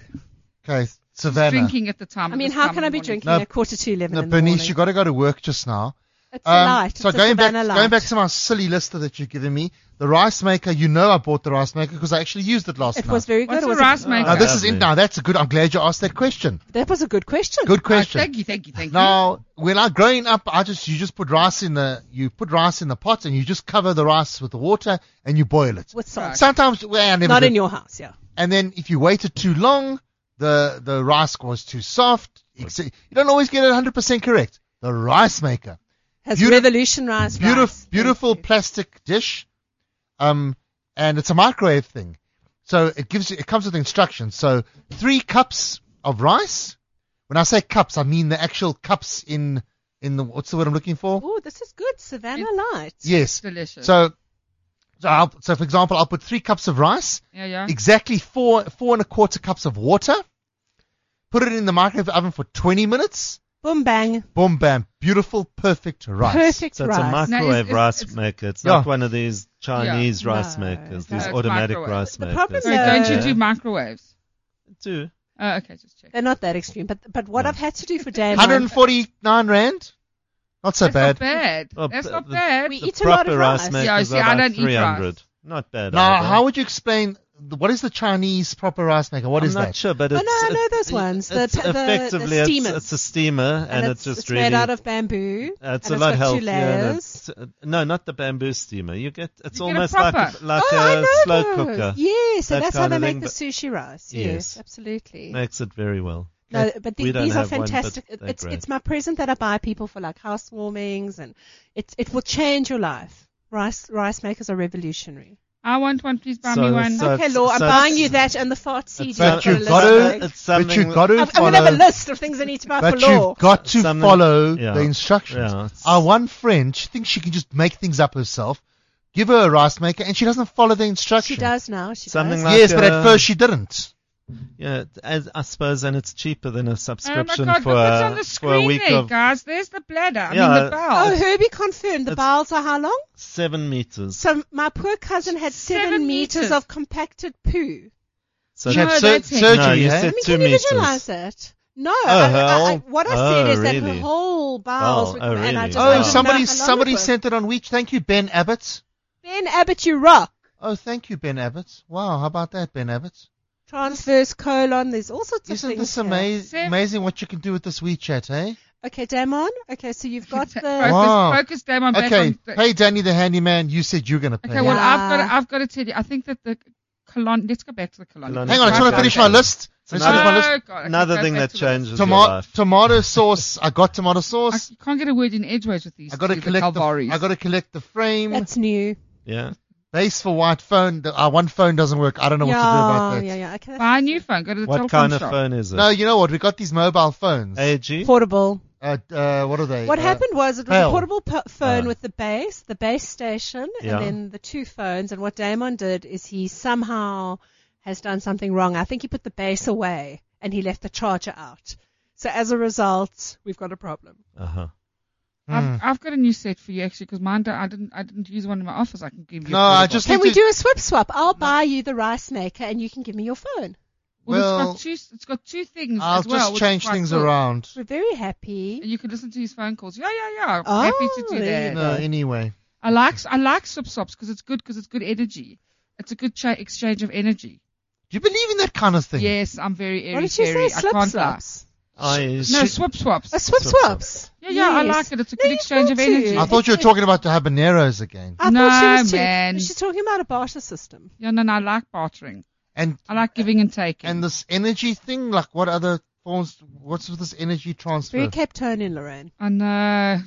Speaker 2: Okay, Savannah.
Speaker 6: Drinking at the time.
Speaker 4: I
Speaker 6: of
Speaker 4: mean,
Speaker 6: this
Speaker 4: how
Speaker 6: time
Speaker 4: can
Speaker 6: in
Speaker 4: I
Speaker 6: the
Speaker 4: be
Speaker 6: morning.
Speaker 4: drinking
Speaker 2: No,
Speaker 4: at quarter to eleven
Speaker 2: No,
Speaker 4: in the morning?
Speaker 2: Bernice, you got to go to work just now.
Speaker 4: it's a
Speaker 2: Um,
Speaker 4: light.
Speaker 2: so
Speaker 4: it's
Speaker 2: going
Speaker 4: a
Speaker 2: back,
Speaker 4: Savannah
Speaker 2: going back
Speaker 4: light.
Speaker 2: to my silly list that you've given me, the rice maker. You know, I bought the rice maker because I actually used it last
Speaker 4: It
Speaker 2: night.
Speaker 4: was very good.
Speaker 6: What's
Speaker 4: it
Speaker 6: a
Speaker 4: was
Speaker 6: rice maker?
Speaker 2: Now this is
Speaker 3: Lovely.
Speaker 2: in, now that's a good. I'm glad you asked that question.
Speaker 4: that was a good question. <laughs>
Speaker 2: Good
Speaker 6: Oh,
Speaker 2: question.
Speaker 6: thank you, thank you, thank you.
Speaker 2: Now, when I growing up, I just you just put rice in the you put rice in the pot and you just cover the rice with the water and you boil it.
Speaker 4: With salt.
Speaker 6: Right.
Speaker 2: Sometimes well, I never
Speaker 4: Not
Speaker 2: did.
Speaker 4: in your house, yeah.
Speaker 2: and then if you waited too long, the the rice was too soft. Ex- You don't always get it 100% correct. The rice maker,
Speaker 4: Has
Speaker 2: Beautif-
Speaker 4: revolutionized rice.
Speaker 2: beautiful
Speaker 4: Thank
Speaker 2: beautiful
Speaker 4: you.
Speaker 2: plastic dish, um, and it's a microwave thing, so it gives you it comes with instructions. So three cups of rice. When I say cups, I mean the actual cups in in the what's the word I'm looking for?
Speaker 4: Oh, this is good. Savannah Light.
Speaker 2: Yes.
Speaker 6: Delicious.
Speaker 2: So, so, I'll, so for example, I'll put three cups of rice,
Speaker 6: yeah, yeah.
Speaker 2: exactly four four and a quarter cups of water, put it in the microwave oven for 20 minutes.
Speaker 4: Boom bang.
Speaker 2: Boom, bam, beautiful, perfect rice.
Speaker 4: Perfect
Speaker 3: So it's a
Speaker 4: rice.
Speaker 6: No,
Speaker 3: microwave
Speaker 6: it's-
Speaker 3: rice
Speaker 6: it's-
Speaker 3: maker. It's
Speaker 2: Yeah.
Speaker 3: not one of these Chinese
Speaker 4: Yeah.
Speaker 3: rice
Speaker 4: No,
Speaker 3: makers,
Speaker 4: no,
Speaker 3: these
Speaker 6: it's
Speaker 3: automatic
Speaker 6: microwave.
Speaker 3: rice
Speaker 4: The
Speaker 3: makers.
Speaker 4: problem
Speaker 6: Sorry, don't
Speaker 4: No.
Speaker 6: you do microwaves?
Speaker 3: do?
Speaker 6: Oh, okay, just check.
Speaker 4: They're not that extreme, but but what I've had to do
Speaker 3: <laughs>
Speaker 4: for day and night-
Speaker 2: 149 rand. Not so
Speaker 6: That's
Speaker 2: bad.
Speaker 6: not bad.
Speaker 3: Oh,
Speaker 6: That's
Speaker 3: but
Speaker 6: not
Speaker 3: the-
Speaker 6: bad.
Speaker 4: We
Speaker 3: the
Speaker 4: eat a lot
Speaker 3: proper
Speaker 4: of
Speaker 3: rice
Speaker 4: rice.
Speaker 3: maker's
Speaker 6: Yeah, see, I
Speaker 3: about
Speaker 6: don't eat
Speaker 3: 300.
Speaker 6: rice.
Speaker 3: Not bad.
Speaker 2: Now,
Speaker 3: either.
Speaker 2: how would you explain what is the Chinese proper rice maker? What
Speaker 3: I'm
Speaker 2: is
Speaker 3: not
Speaker 2: that?
Speaker 3: sure, but
Speaker 4: Oh,
Speaker 3: it's,
Speaker 4: no, I
Speaker 3: it-
Speaker 4: know those ones. The
Speaker 3: it's
Speaker 4: t- the- the
Speaker 3: effectively it's-
Speaker 4: steamers.
Speaker 3: It's, a steamer, and,
Speaker 4: it's,
Speaker 3: just
Speaker 4: it's
Speaker 3: really
Speaker 4: made out of
Speaker 3: uh,
Speaker 4: bamboo.
Speaker 3: it's
Speaker 4: and
Speaker 3: a
Speaker 4: it's
Speaker 3: lot
Speaker 4: got two
Speaker 3: healthier. and
Speaker 4: layers.
Speaker 3: it's- uh, no, not the bamboo steamer. You get it's
Speaker 6: You get a
Speaker 3: almost like
Speaker 6: proper-
Speaker 3: a, like
Speaker 4: oh,
Speaker 3: a
Speaker 4: I know
Speaker 3: slow
Speaker 4: those.
Speaker 3: cooker.
Speaker 4: Yeah, so
Speaker 3: That
Speaker 4: that's how
Speaker 3: kind
Speaker 4: they
Speaker 3: of
Speaker 4: make
Speaker 3: thing,
Speaker 4: the
Speaker 3: but-
Speaker 4: sushi rice. Yes,
Speaker 3: Yes.
Speaker 4: absolutely.
Speaker 3: Makes it very well.
Speaker 4: No, but the,
Speaker 3: We don't
Speaker 4: these are
Speaker 3: have one, but
Speaker 4: fantastic.
Speaker 3: they're
Speaker 4: it's
Speaker 3: great.
Speaker 4: it's my present that I buy people for like housewarmings, and it's it will change your life. Rice rice makers are revolutionary.
Speaker 6: I want one. Please buy
Speaker 3: So-
Speaker 6: me one.
Speaker 3: so-
Speaker 4: okay,
Speaker 3: it's-
Speaker 4: Law, I'm
Speaker 3: so
Speaker 4: buying
Speaker 3: it's-
Speaker 4: you that and the fart CD.
Speaker 3: It's
Speaker 4: I've
Speaker 2: but
Speaker 4: got a
Speaker 2: you've
Speaker 4: list
Speaker 2: got
Speaker 4: to
Speaker 2: to-
Speaker 4: make.
Speaker 3: it's something.
Speaker 2: But you've got to
Speaker 4: I'm, I'm
Speaker 2: follow.
Speaker 4: gonna have a list of things I need to buy for
Speaker 2: But
Speaker 4: Law.
Speaker 2: you've got to
Speaker 3: Something-
Speaker 2: follow
Speaker 3: yeah.
Speaker 2: the instructions.
Speaker 3: Yeah, it's-
Speaker 2: Our one friend, she thinks she can just make things up herself. Give her a rice maker, and she doesn't follow the
Speaker 4: She
Speaker 2: instructions.
Speaker 4: does now. She
Speaker 3: Something
Speaker 4: does.
Speaker 3: like-
Speaker 2: yes, but
Speaker 3: uh,
Speaker 2: at first she didn't.
Speaker 3: Yeah, as, I suppose, and it's cheaper than a
Speaker 6: Oh my
Speaker 3: subscription
Speaker 6: god,
Speaker 3: for,
Speaker 6: look what's
Speaker 3: a-
Speaker 6: on the
Speaker 3: for a
Speaker 6: screen
Speaker 3: week
Speaker 6: there,
Speaker 3: of
Speaker 6: guys. There's the bladder. I mean,
Speaker 3: Yeah,
Speaker 6: the
Speaker 3: uh,
Speaker 6: bowel.
Speaker 4: Oh, <laughs> Herbie confirmed the
Speaker 3: It's-
Speaker 4: bowls are how long?
Speaker 3: seven meters.
Speaker 4: So my poor cousin had seven,
Speaker 6: Seven
Speaker 4: meters.
Speaker 6: meters.
Speaker 4: of compacted poo.
Speaker 3: So
Speaker 2: she
Speaker 6: No,
Speaker 2: had sur-
Speaker 6: that's it.
Speaker 2: surgery.
Speaker 3: No, you
Speaker 2: eh?
Speaker 3: said-
Speaker 4: I mean,
Speaker 3: two
Speaker 4: can you
Speaker 3: meters.
Speaker 4: visualize that? No,
Speaker 3: Oh,
Speaker 4: I,
Speaker 3: her
Speaker 4: I, I,
Speaker 3: whole-
Speaker 4: what I
Speaker 3: oh,
Speaker 4: said is that her
Speaker 3: really?
Speaker 4: whole bowels
Speaker 3: Oh,
Speaker 4: were,
Speaker 3: oh,
Speaker 4: and I
Speaker 3: really?
Speaker 4: just
Speaker 3: Oh,
Speaker 2: Oh,
Speaker 4: wanted to
Speaker 2: somebody,
Speaker 4: know how long it
Speaker 2: somebody
Speaker 4: was.
Speaker 2: sent it on Week. Thank you, Ben Abbott.
Speaker 4: Ben Abbott, you rock.
Speaker 2: Oh, thank you, Ben Abbott. Wow, how about that, Ben Abbott?
Speaker 4: Transverse colon. There's all sorts of
Speaker 2: Isn't
Speaker 4: things.
Speaker 2: this
Speaker 4: here.
Speaker 2: amazing?
Speaker 6: Seven-
Speaker 2: Amazing what you can do with this WeChat, eh?
Speaker 4: Okay, Damon. Okay, so
Speaker 6: <laughs>
Speaker 4: you've got the.
Speaker 6: Focus,
Speaker 2: Wow.
Speaker 6: focus them on back
Speaker 2: Okay,
Speaker 6: on the-
Speaker 2: hey Danny the handyman, you said you're gonna pay.
Speaker 6: Okay, well, I've got to,
Speaker 4: Yeah.
Speaker 6: I've got to tell you, I think that the colon. Let's go back to the colon.
Speaker 3: Colon-
Speaker 2: Hang on, I just want to finish my list. I just
Speaker 3: another-
Speaker 2: wanna finish my list.
Speaker 6: God, okay,
Speaker 3: Another
Speaker 6: go
Speaker 3: thing
Speaker 6: back
Speaker 3: that
Speaker 6: to the list.
Speaker 3: changes your
Speaker 2: Tomato,
Speaker 3: life.
Speaker 2: tomato sauce. I got tomato
Speaker 6: I
Speaker 2: sauce.
Speaker 6: you can't get a word in edgeways with these.
Speaker 2: I got to
Speaker 6: two, the
Speaker 2: collect. The,
Speaker 6: Calvaries.
Speaker 2: I got to collect the frame.
Speaker 4: That's new.
Speaker 3: Yeah.
Speaker 2: Base for white phone. The- Our one phone doesn't work. I don't know
Speaker 4: yeah,
Speaker 2: what to do about that.
Speaker 4: yeah, yeah. Okay, that's
Speaker 6: buy a new phone. Go to the
Speaker 3: What
Speaker 6: telecom
Speaker 3: kind of
Speaker 6: shop.
Speaker 3: phone is it?
Speaker 2: No, you know what? We got these mobile phones.
Speaker 3: AG?
Speaker 4: portable.
Speaker 2: Uh, uh, what are they?
Speaker 4: What
Speaker 2: Uh,
Speaker 4: happened was it was a
Speaker 2: Bell.
Speaker 4: portable po- phone
Speaker 3: Ah.
Speaker 4: with the base, the base station,
Speaker 3: Yeah.
Speaker 4: and then the two phones. And what Damon did is he somehow has done something wrong. I think he put the base away and he left the charger out. So as a result, we've got a problem.
Speaker 3: Uh-huh.
Speaker 2: Hmm.
Speaker 6: I've, I've got a new set for you actually because mine. don't- I didn't. I didn't use one in my office. I can give you.
Speaker 2: No,
Speaker 6: a
Speaker 2: I
Speaker 6: portable.
Speaker 2: just
Speaker 4: Can
Speaker 2: need
Speaker 4: we
Speaker 2: to-
Speaker 4: do a swap swap? I'll buy you the rice maker and you can give me your phone.
Speaker 6: Well,
Speaker 2: Well,
Speaker 6: it's got two. It's got two things.
Speaker 2: I'll
Speaker 6: as well,
Speaker 2: just
Speaker 6: which is
Speaker 2: change
Speaker 6: quite
Speaker 2: things
Speaker 6: cool.
Speaker 2: around.
Speaker 4: We're very
Speaker 6: And
Speaker 4: happy.
Speaker 6: you can listen to his phone calls. Yeah, yeah, yeah.
Speaker 4: Oh,
Speaker 6: I'm happy to do
Speaker 4: there you
Speaker 6: that.
Speaker 4: go.
Speaker 2: No, anyway.
Speaker 6: I like I like swap swaps because it's good because it's good energy. It's a good cha- exchange of energy.
Speaker 2: Do you believe in that kind of thing?
Speaker 6: Yes, I'm very airy
Speaker 4: What did you
Speaker 6: fairy.
Speaker 4: say?
Speaker 6: I
Speaker 4: Slip
Speaker 6: can't
Speaker 4: swaps.
Speaker 3: I,
Speaker 6: lie. No,
Speaker 3: she-
Speaker 6: swap swaps.
Speaker 4: A swap
Speaker 3: Swap
Speaker 4: swaps.
Speaker 6: Yeah, yeah, I
Speaker 4: Yes.
Speaker 6: like it. It's a
Speaker 4: No,
Speaker 6: good
Speaker 4: you've
Speaker 6: exchange
Speaker 4: got
Speaker 6: of
Speaker 4: to.
Speaker 6: energy.
Speaker 2: I thought you were talking about the habaneros again.
Speaker 4: I thought she
Speaker 6: No,
Speaker 4: was too-
Speaker 6: man.
Speaker 4: She's talking about a barter system.
Speaker 6: Yeah, no, no, I like bartering.
Speaker 2: And
Speaker 6: I like giving and taking.
Speaker 2: and this energy thing, like what other forms? What's with this energy transfer?
Speaker 4: Very Cape Townian, Lorraine.
Speaker 6: I know.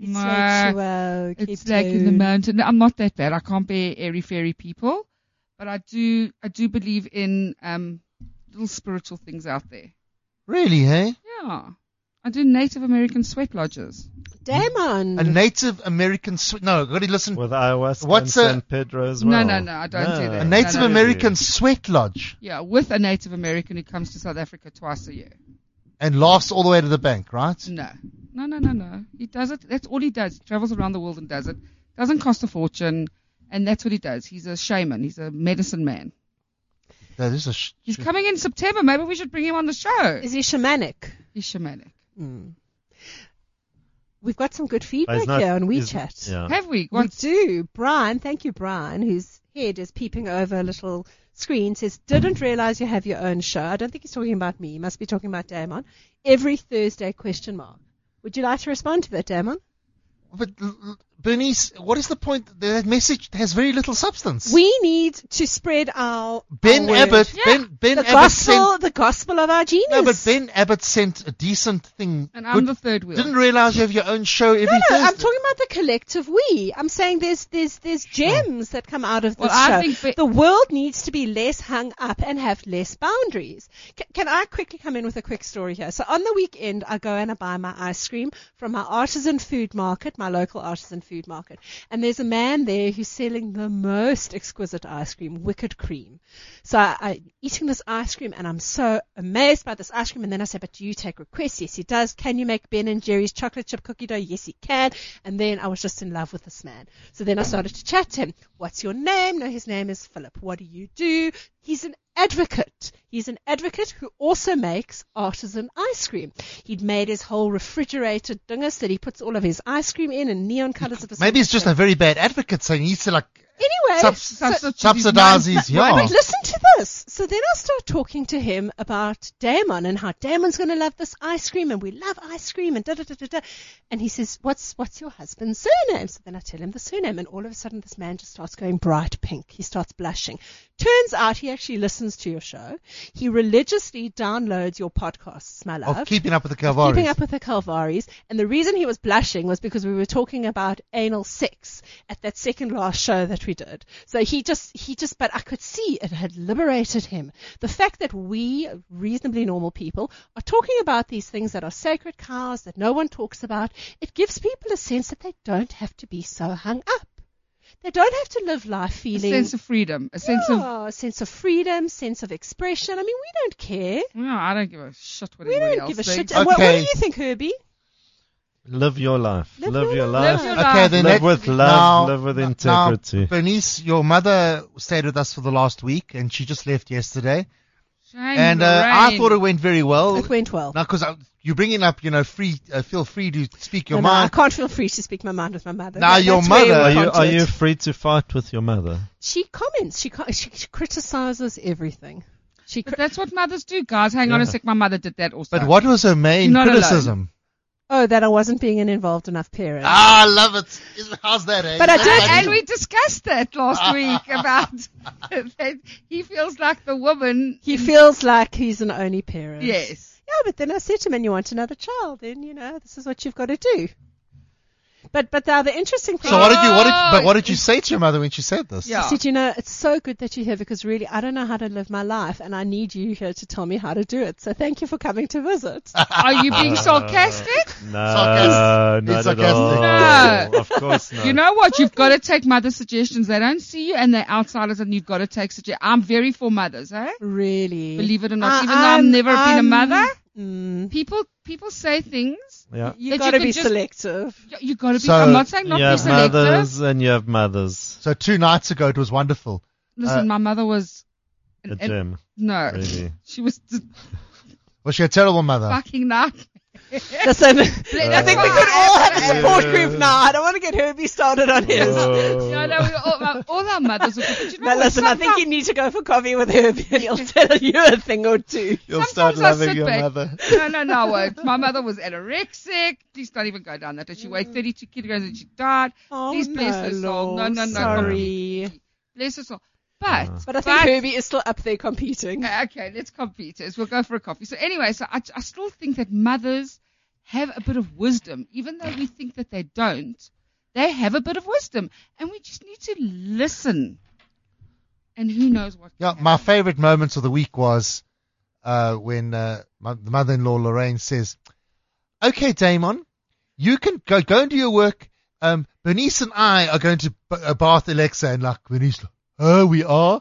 Speaker 4: It's
Speaker 6: No,
Speaker 4: sexual.
Speaker 6: it's
Speaker 4: keep
Speaker 6: like in the
Speaker 4: doing.
Speaker 6: mountain. No, I'm not that bad. I can't bear airy fairy people, but I do. I do believe in um little spiritual things out there.
Speaker 2: Really, hey?
Speaker 6: Yeah, I do Native American sweat lodges.
Speaker 4: Damon.
Speaker 6: Mm.
Speaker 2: A Native American sw- no, gotta listen.
Speaker 3: with ayahuasca
Speaker 2: What's
Speaker 3: and
Speaker 2: a-
Speaker 3: San Pedro as
Speaker 6: No,
Speaker 3: well.
Speaker 6: no, no, I don't do that.
Speaker 2: A
Speaker 6: No,
Speaker 2: Native
Speaker 6: no, no.
Speaker 2: American sweat lodge
Speaker 6: Yeah, with a Native American who comes to South Africa twice a year.
Speaker 2: and laughs all the way to the bank, right?
Speaker 6: No, no, no, no, no. He does it. That's all he does. He travels around the world and does it. Doesn't cost a fortune, and that's what he does. He's a shaman. He's a medicine man.
Speaker 2: That is a. Sh-
Speaker 6: He's coming in September. Maybe we should bring him on the show.
Speaker 4: Is he shamanic?
Speaker 6: He's shamanic.
Speaker 4: We've got some good
Speaker 3: Hmm. But it's
Speaker 4: feedback
Speaker 3: not-
Speaker 4: here on
Speaker 3: it's-
Speaker 4: WeChat.
Speaker 3: Yeah.
Speaker 6: Have we?
Speaker 4: We
Speaker 6: What?
Speaker 4: do. Brian, thank you, Brian, whose head is peeping over a little screen, says, Didn't realize you have your own show. I don't think he's talking about me. He must be talking about Damon. Every Thursday, question mark. Would you like to respond to that, Damon?
Speaker 2: but l- l- Bernice, what is the point? That message has very little substance.
Speaker 4: We need to spread our.
Speaker 2: ben
Speaker 4: our word.
Speaker 2: Abbott,
Speaker 6: Oh, Yeah.
Speaker 2: Ben Ben
Speaker 4: The
Speaker 2: Abbott
Speaker 4: gospel,
Speaker 2: sent.
Speaker 4: the gospel of our genius.
Speaker 2: No, but Ben Abbott sent a decent thing.
Speaker 6: And I'm
Speaker 2: Good-
Speaker 6: the third wheel.
Speaker 2: Didn't realize you have your own show every
Speaker 4: No, no, I'm
Speaker 2: Thursday.
Speaker 4: talking about the collective we. I'm saying there's there's there's gems that come out of this
Speaker 6: Oh. Well, I
Speaker 4: show.
Speaker 6: think we-
Speaker 4: the world needs to be less hung up and have less boundaries. C- can I quickly come in with a quick story here? So on the weekend, I go and I buy my ice cream from my artisan food market, my local artisan food market, and there's a man there who's selling the most exquisite ice cream, wicked cream. So I, I eating this ice cream and I'm so amazed by this ice cream. And then I say, but do you take requests? Yes, he does. Can you make Ben and Jerry's chocolate chip cookie dough? Yes, he can. And then I was just in love with this man. So then I started to chat to him. What's your name? No, his name is Philip. What do you do? He's an advocate. He's an advocate who also makes artisan ice cream. He'd made his whole refrigerated dingus that he puts all of his ice cream in and neon colors of the
Speaker 2: Maybe it's just a very bad advocate saying he needs to like
Speaker 4: Anyway,
Speaker 2: subs-
Speaker 4: so-
Speaker 2: subsidize his
Speaker 4: But
Speaker 2: yard.
Speaker 4: listen to this. So then I start talking to him about Damon and how Damon's going to love this ice cream and we love ice cream and da da da da da. And he says, "What's what's your husband's surname?" So then I tell him the surname, and all of a sudden this man just starts going bright pink. He starts blushing. Turns out he actually listens to your show. He religiously downloads your podcasts, my love.
Speaker 2: Of Oh, keeping up with the Calvaries.
Speaker 4: Keeping up with the Calvaries. And the reason he was blushing was because we were talking about anal sex at that second last show that we did. So he just, he just, but I could see it had liberated him. The fact that we, reasonably normal people, are talking about these things that are sacred cows that no one talks about, it gives people a sense that they don't have to be so hung up. They don't have to live life
Speaker 6: A
Speaker 4: feeling
Speaker 6: sense of freedom. A sense of
Speaker 4: Oh, sense of freedom, sense of expression. I mean, we don't care.
Speaker 6: no, I don't give a shit what
Speaker 4: We
Speaker 6: anybody
Speaker 4: don't
Speaker 6: else
Speaker 4: give a
Speaker 6: thinks.
Speaker 4: shit. And What, what do
Speaker 2: Okay.
Speaker 4: you think, Herbie?
Speaker 3: Live your life.
Speaker 4: Live
Speaker 3: Live,
Speaker 4: your
Speaker 3: your,
Speaker 4: life.
Speaker 3: life.
Speaker 6: Live your
Speaker 2: Okay, then let-
Speaker 3: Live with
Speaker 2: now-
Speaker 3: love. live with
Speaker 2: now-
Speaker 3: integrity.
Speaker 2: Now, Bernice, your mother stayed with us for the last week, and she just left yesterday.
Speaker 6: Shame
Speaker 2: And uh, I
Speaker 6: Lorraine.
Speaker 2: thought it went very well.
Speaker 4: It went well.
Speaker 2: Now, because you're bringing up, you know, free, uh, feel free to speak your
Speaker 4: No, no, I
Speaker 2: mind.
Speaker 4: can't feel free to speak my mind with my mother.
Speaker 2: Now
Speaker 4: That-
Speaker 2: your
Speaker 4: that's where
Speaker 2: mother-
Speaker 4: we
Speaker 3: are you
Speaker 4: can't
Speaker 3: are
Speaker 4: do
Speaker 3: you
Speaker 4: it.
Speaker 3: free to fight with your mother?
Speaker 4: She comments. She co- she, she criticizes everything. She
Speaker 6: But
Speaker 4: cri-
Speaker 6: that's what mothers do, guys. Hang on a
Speaker 3: Yeah.
Speaker 6: sec. My mother did that also.
Speaker 2: But what was her main
Speaker 6: You're not
Speaker 2: criticism?
Speaker 4: oh that I wasn't being an involved enough parent.
Speaker 2: Ah, I love it. Is- How's that, eh?
Speaker 4: But I
Speaker 2: That's
Speaker 4: did-
Speaker 2: funny.
Speaker 6: And we discussed that last week about <laughs> that he feels like the woman.
Speaker 4: He feels like he's an only parent.
Speaker 6: Yes.
Speaker 4: Yeah, but then I said to him, and you want another child, then you know this is what you've got to do. But but now the interesting thing.
Speaker 2: So what did you? What did? But
Speaker 6: Oh,
Speaker 2: what did you say to your mother when she said this?
Speaker 6: Yeah.
Speaker 4: I said, you know, it's so good that you're here because really I don't know how to live my life and I need you here to tell me how to do it. So thank you for coming to visit.
Speaker 2: Ah.
Speaker 6: Are you being sarcastic?
Speaker 3: No,
Speaker 2: Sarcastic.
Speaker 3: not at
Speaker 2: Sarcastic.
Speaker 3: all.
Speaker 6: No.
Speaker 3: Of course not.
Speaker 6: You know what? You've got to take mother suggestions. They don't see you and they're outsiders and you've got to take suggestions. I'm very for mothers, eh?
Speaker 4: Really?
Speaker 6: Believe it or not.
Speaker 4: Mm. I-
Speaker 6: Even though I've
Speaker 4: I'm-
Speaker 6: never been a
Speaker 4: I'm-
Speaker 6: mother,
Speaker 4: Ah, um, Mm,
Speaker 6: people people say things.
Speaker 3: yeah.
Speaker 4: you
Speaker 6: That you
Speaker 4: got to
Speaker 6: can
Speaker 4: be
Speaker 6: just- <laughs>
Speaker 4: selective.
Speaker 6: You- You gotta be.
Speaker 2: So-
Speaker 6: I'm not saying not
Speaker 3: You
Speaker 6: be
Speaker 3: have
Speaker 6: selective.
Speaker 3: mothers and you have mothers.
Speaker 2: So two nights ago, it was wonderful.
Speaker 6: Listen,
Speaker 2: Uh,
Speaker 6: my mother was.
Speaker 3: A
Speaker 6: An, an-
Speaker 3: gem.
Speaker 6: no,
Speaker 3: Really.
Speaker 6: she was just
Speaker 2: Was she a terrible mother?
Speaker 6: fucking nuts.
Speaker 4: Listen, I
Speaker 3: That's
Speaker 4: think we
Speaker 3: why
Speaker 4: could all have a support
Speaker 3: Yeah.
Speaker 4: group now. I don't want to get Herbie started on his.
Speaker 6: No, no, we all, our- all our mothers were. But you know
Speaker 4: Now,
Speaker 6: what?
Speaker 4: listen, I think you
Speaker 6: Sometimes-
Speaker 4: need to go for coffee with Herbie and he'll <laughs> tell you a thing or two.
Speaker 2: You'll
Speaker 6: sometimes I sit back.
Speaker 2: mother.
Speaker 6: No, no, no. I won't. My mother was anorexic. Please don't even go down that. road. She
Speaker 4: Mm.
Speaker 6: weighed 32 kilograms and she died.
Speaker 4: Oh,
Speaker 6: Please bless
Speaker 4: no,
Speaker 6: her soul. No,
Speaker 4: Lord,
Speaker 6: no, no.
Speaker 4: Sorry.
Speaker 6: Bless her soul. But,
Speaker 4: But I think
Speaker 6: But-
Speaker 4: Herbie is still up there competing.
Speaker 6: okay, okay, let's compete. Is We'll go for a coffee. So, anyway, so I, I still think that mothers have a bit of wisdom, even though we think that they don't. They have a bit of wisdom, and we just need to listen. And who knows what?
Speaker 2: Yeah,
Speaker 6: can
Speaker 2: my
Speaker 6: happen.
Speaker 2: favorite moments of the week was uh, when uh, my the mother-in-law Lorraine says, "Okay, Damon, you can go go and do your work. Um, Bernice and I are going to b- uh, bath Alexa and like Bernice. Oh, we are.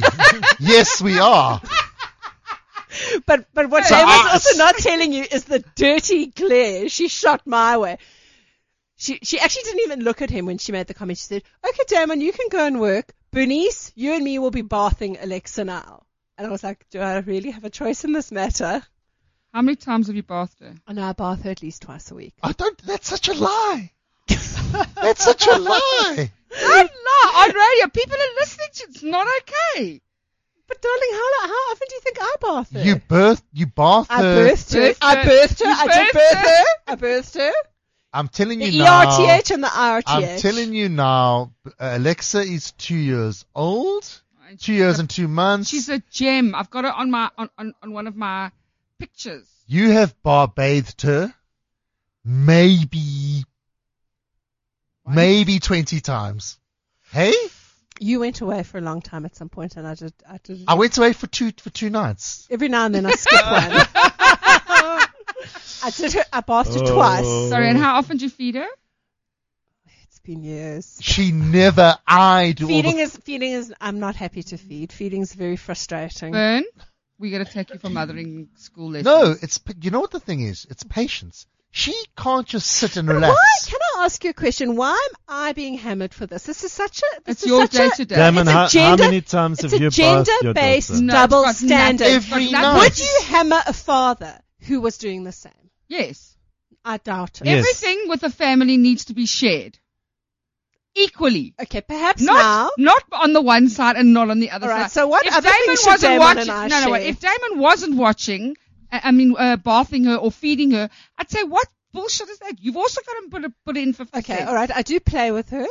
Speaker 2: <laughs> yes, we are.
Speaker 4: But but what
Speaker 2: So
Speaker 4: Jane was
Speaker 2: I-
Speaker 4: also not telling you is the dirty glare she shot my way. She she actually didn't even look at him when she made the comment. She said, "Okay, Damon, you can go and work. Bernice, you and me will be bathing Alexa now." And I was like, "Do I really have a choice in this matter?"
Speaker 6: How many times have you bathed her?
Speaker 4: And I bath her at least twice a week.
Speaker 2: I don't. That's such a lie. that's such a lie.
Speaker 6: Don't lie on radio. People are listening to you. It's not okay.
Speaker 4: But darling, how how often do you think I bath her?
Speaker 2: You birth. You bath
Speaker 4: I
Speaker 2: her.
Speaker 4: birthed her.
Speaker 6: Birthed
Speaker 4: I
Speaker 6: her.
Speaker 4: birthed her.
Speaker 6: You
Speaker 4: I did
Speaker 6: birthed
Speaker 4: birth
Speaker 6: her.
Speaker 4: her. I birthed her.
Speaker 2: I'm telling
Speaker 4: The E
Speaker 2: you now.
Speaker 4: ERTH and the IRTH.
Speaker 2: I'm telling you now. uh, Alexa is two years old. Two years and two months.
Speaker 6: She's a gem. I've got her on my on, on, on one of my pictures.
Speaker 2: You have bar bathed her maybe maybe twenty times. Hey?
Speaker 4: You went away for a long time at some point, and I did. I did.
Speaker 2: I went away for two for two nights.
Speaker 4: Every now and then I skip
Speaker 6: <laughs>
Speaker 4: one. I did her, I bathed her
Speaker 3: Oh.
Speaker 4: twice.
Speaker 6: Sorry, and how often do you feed her?
Speaker 4: It's been years.
Speaker 2: She never I do all
Speaker 4: Feeding
Speaker 2: the,
Speaker 4: is feeding is. I'm not happy to feed. Feeding's very frustrating.
Speaker 6: Burn. We're gonna take you for mothering school lessons.
Speaker 2: No, it's you know what the thing is? It's patience. She can't just sit and
Speaker 4: But
Speaker 2: relax.
Speaker 4: Why? Can I ask you a question? Why am I being hammered for this? This is such a. This
Speaker 6: It's
Speaker 4: is
Speaker 6: your
Speaker 4: such
Speaker 6: day
Speaker 4: a,
Speaker 6: today.
Speaker 3: Damon,
Speaker 4: it's a
Speaker 3: how, how
Speaker 4: gender-
Speaker 3: many times
Speaker 4: It's
Speaker 3: have
Speaker 4: a
Speaker 3: you passed your
Speaker 4: gender-based
Speaker 3: daughter?
Speaker 6: No,
Speaker 4: double
Speaker 6: it's got nothing-
Speaker 4: standard.
Speaker 6: it's got
Speaker 2: Every
Speaker 6: nothing-
Speaker 2: night.
Speaker 4: Would you hammer a father who was doing the same?
Speaker 6: Yes.
Speaker 4: I doubt it.
Speaker 3: Yes.
Speaker 6: Everything with a family needs to be shared equally.
Speaker 4: Okay, perhaps
Speaker 6: Not
Speaker 4: now.
Speaker 6: not on the one side and not on the other
Speaker 4: All right,
Speaker 6: side.
Speaker 4: so what
Speaker 6: if
Speaker 4: other
Speaker 6: Damon
Speaker 4: things should
Speaker 6: wasn't
Speaker 4: Damon and
Speaker 6: watching,
Speaker 4: I
Speaker 6: no, no, wait,
Speaker 4: share?
Speaker 6: if Damon wasn't watching, I I mean, uh, bathing her or feeding her, I'd say, what bullshit is that? You've also got to put, a, put in for
Speaker 4: Okay, all right. I do play with her,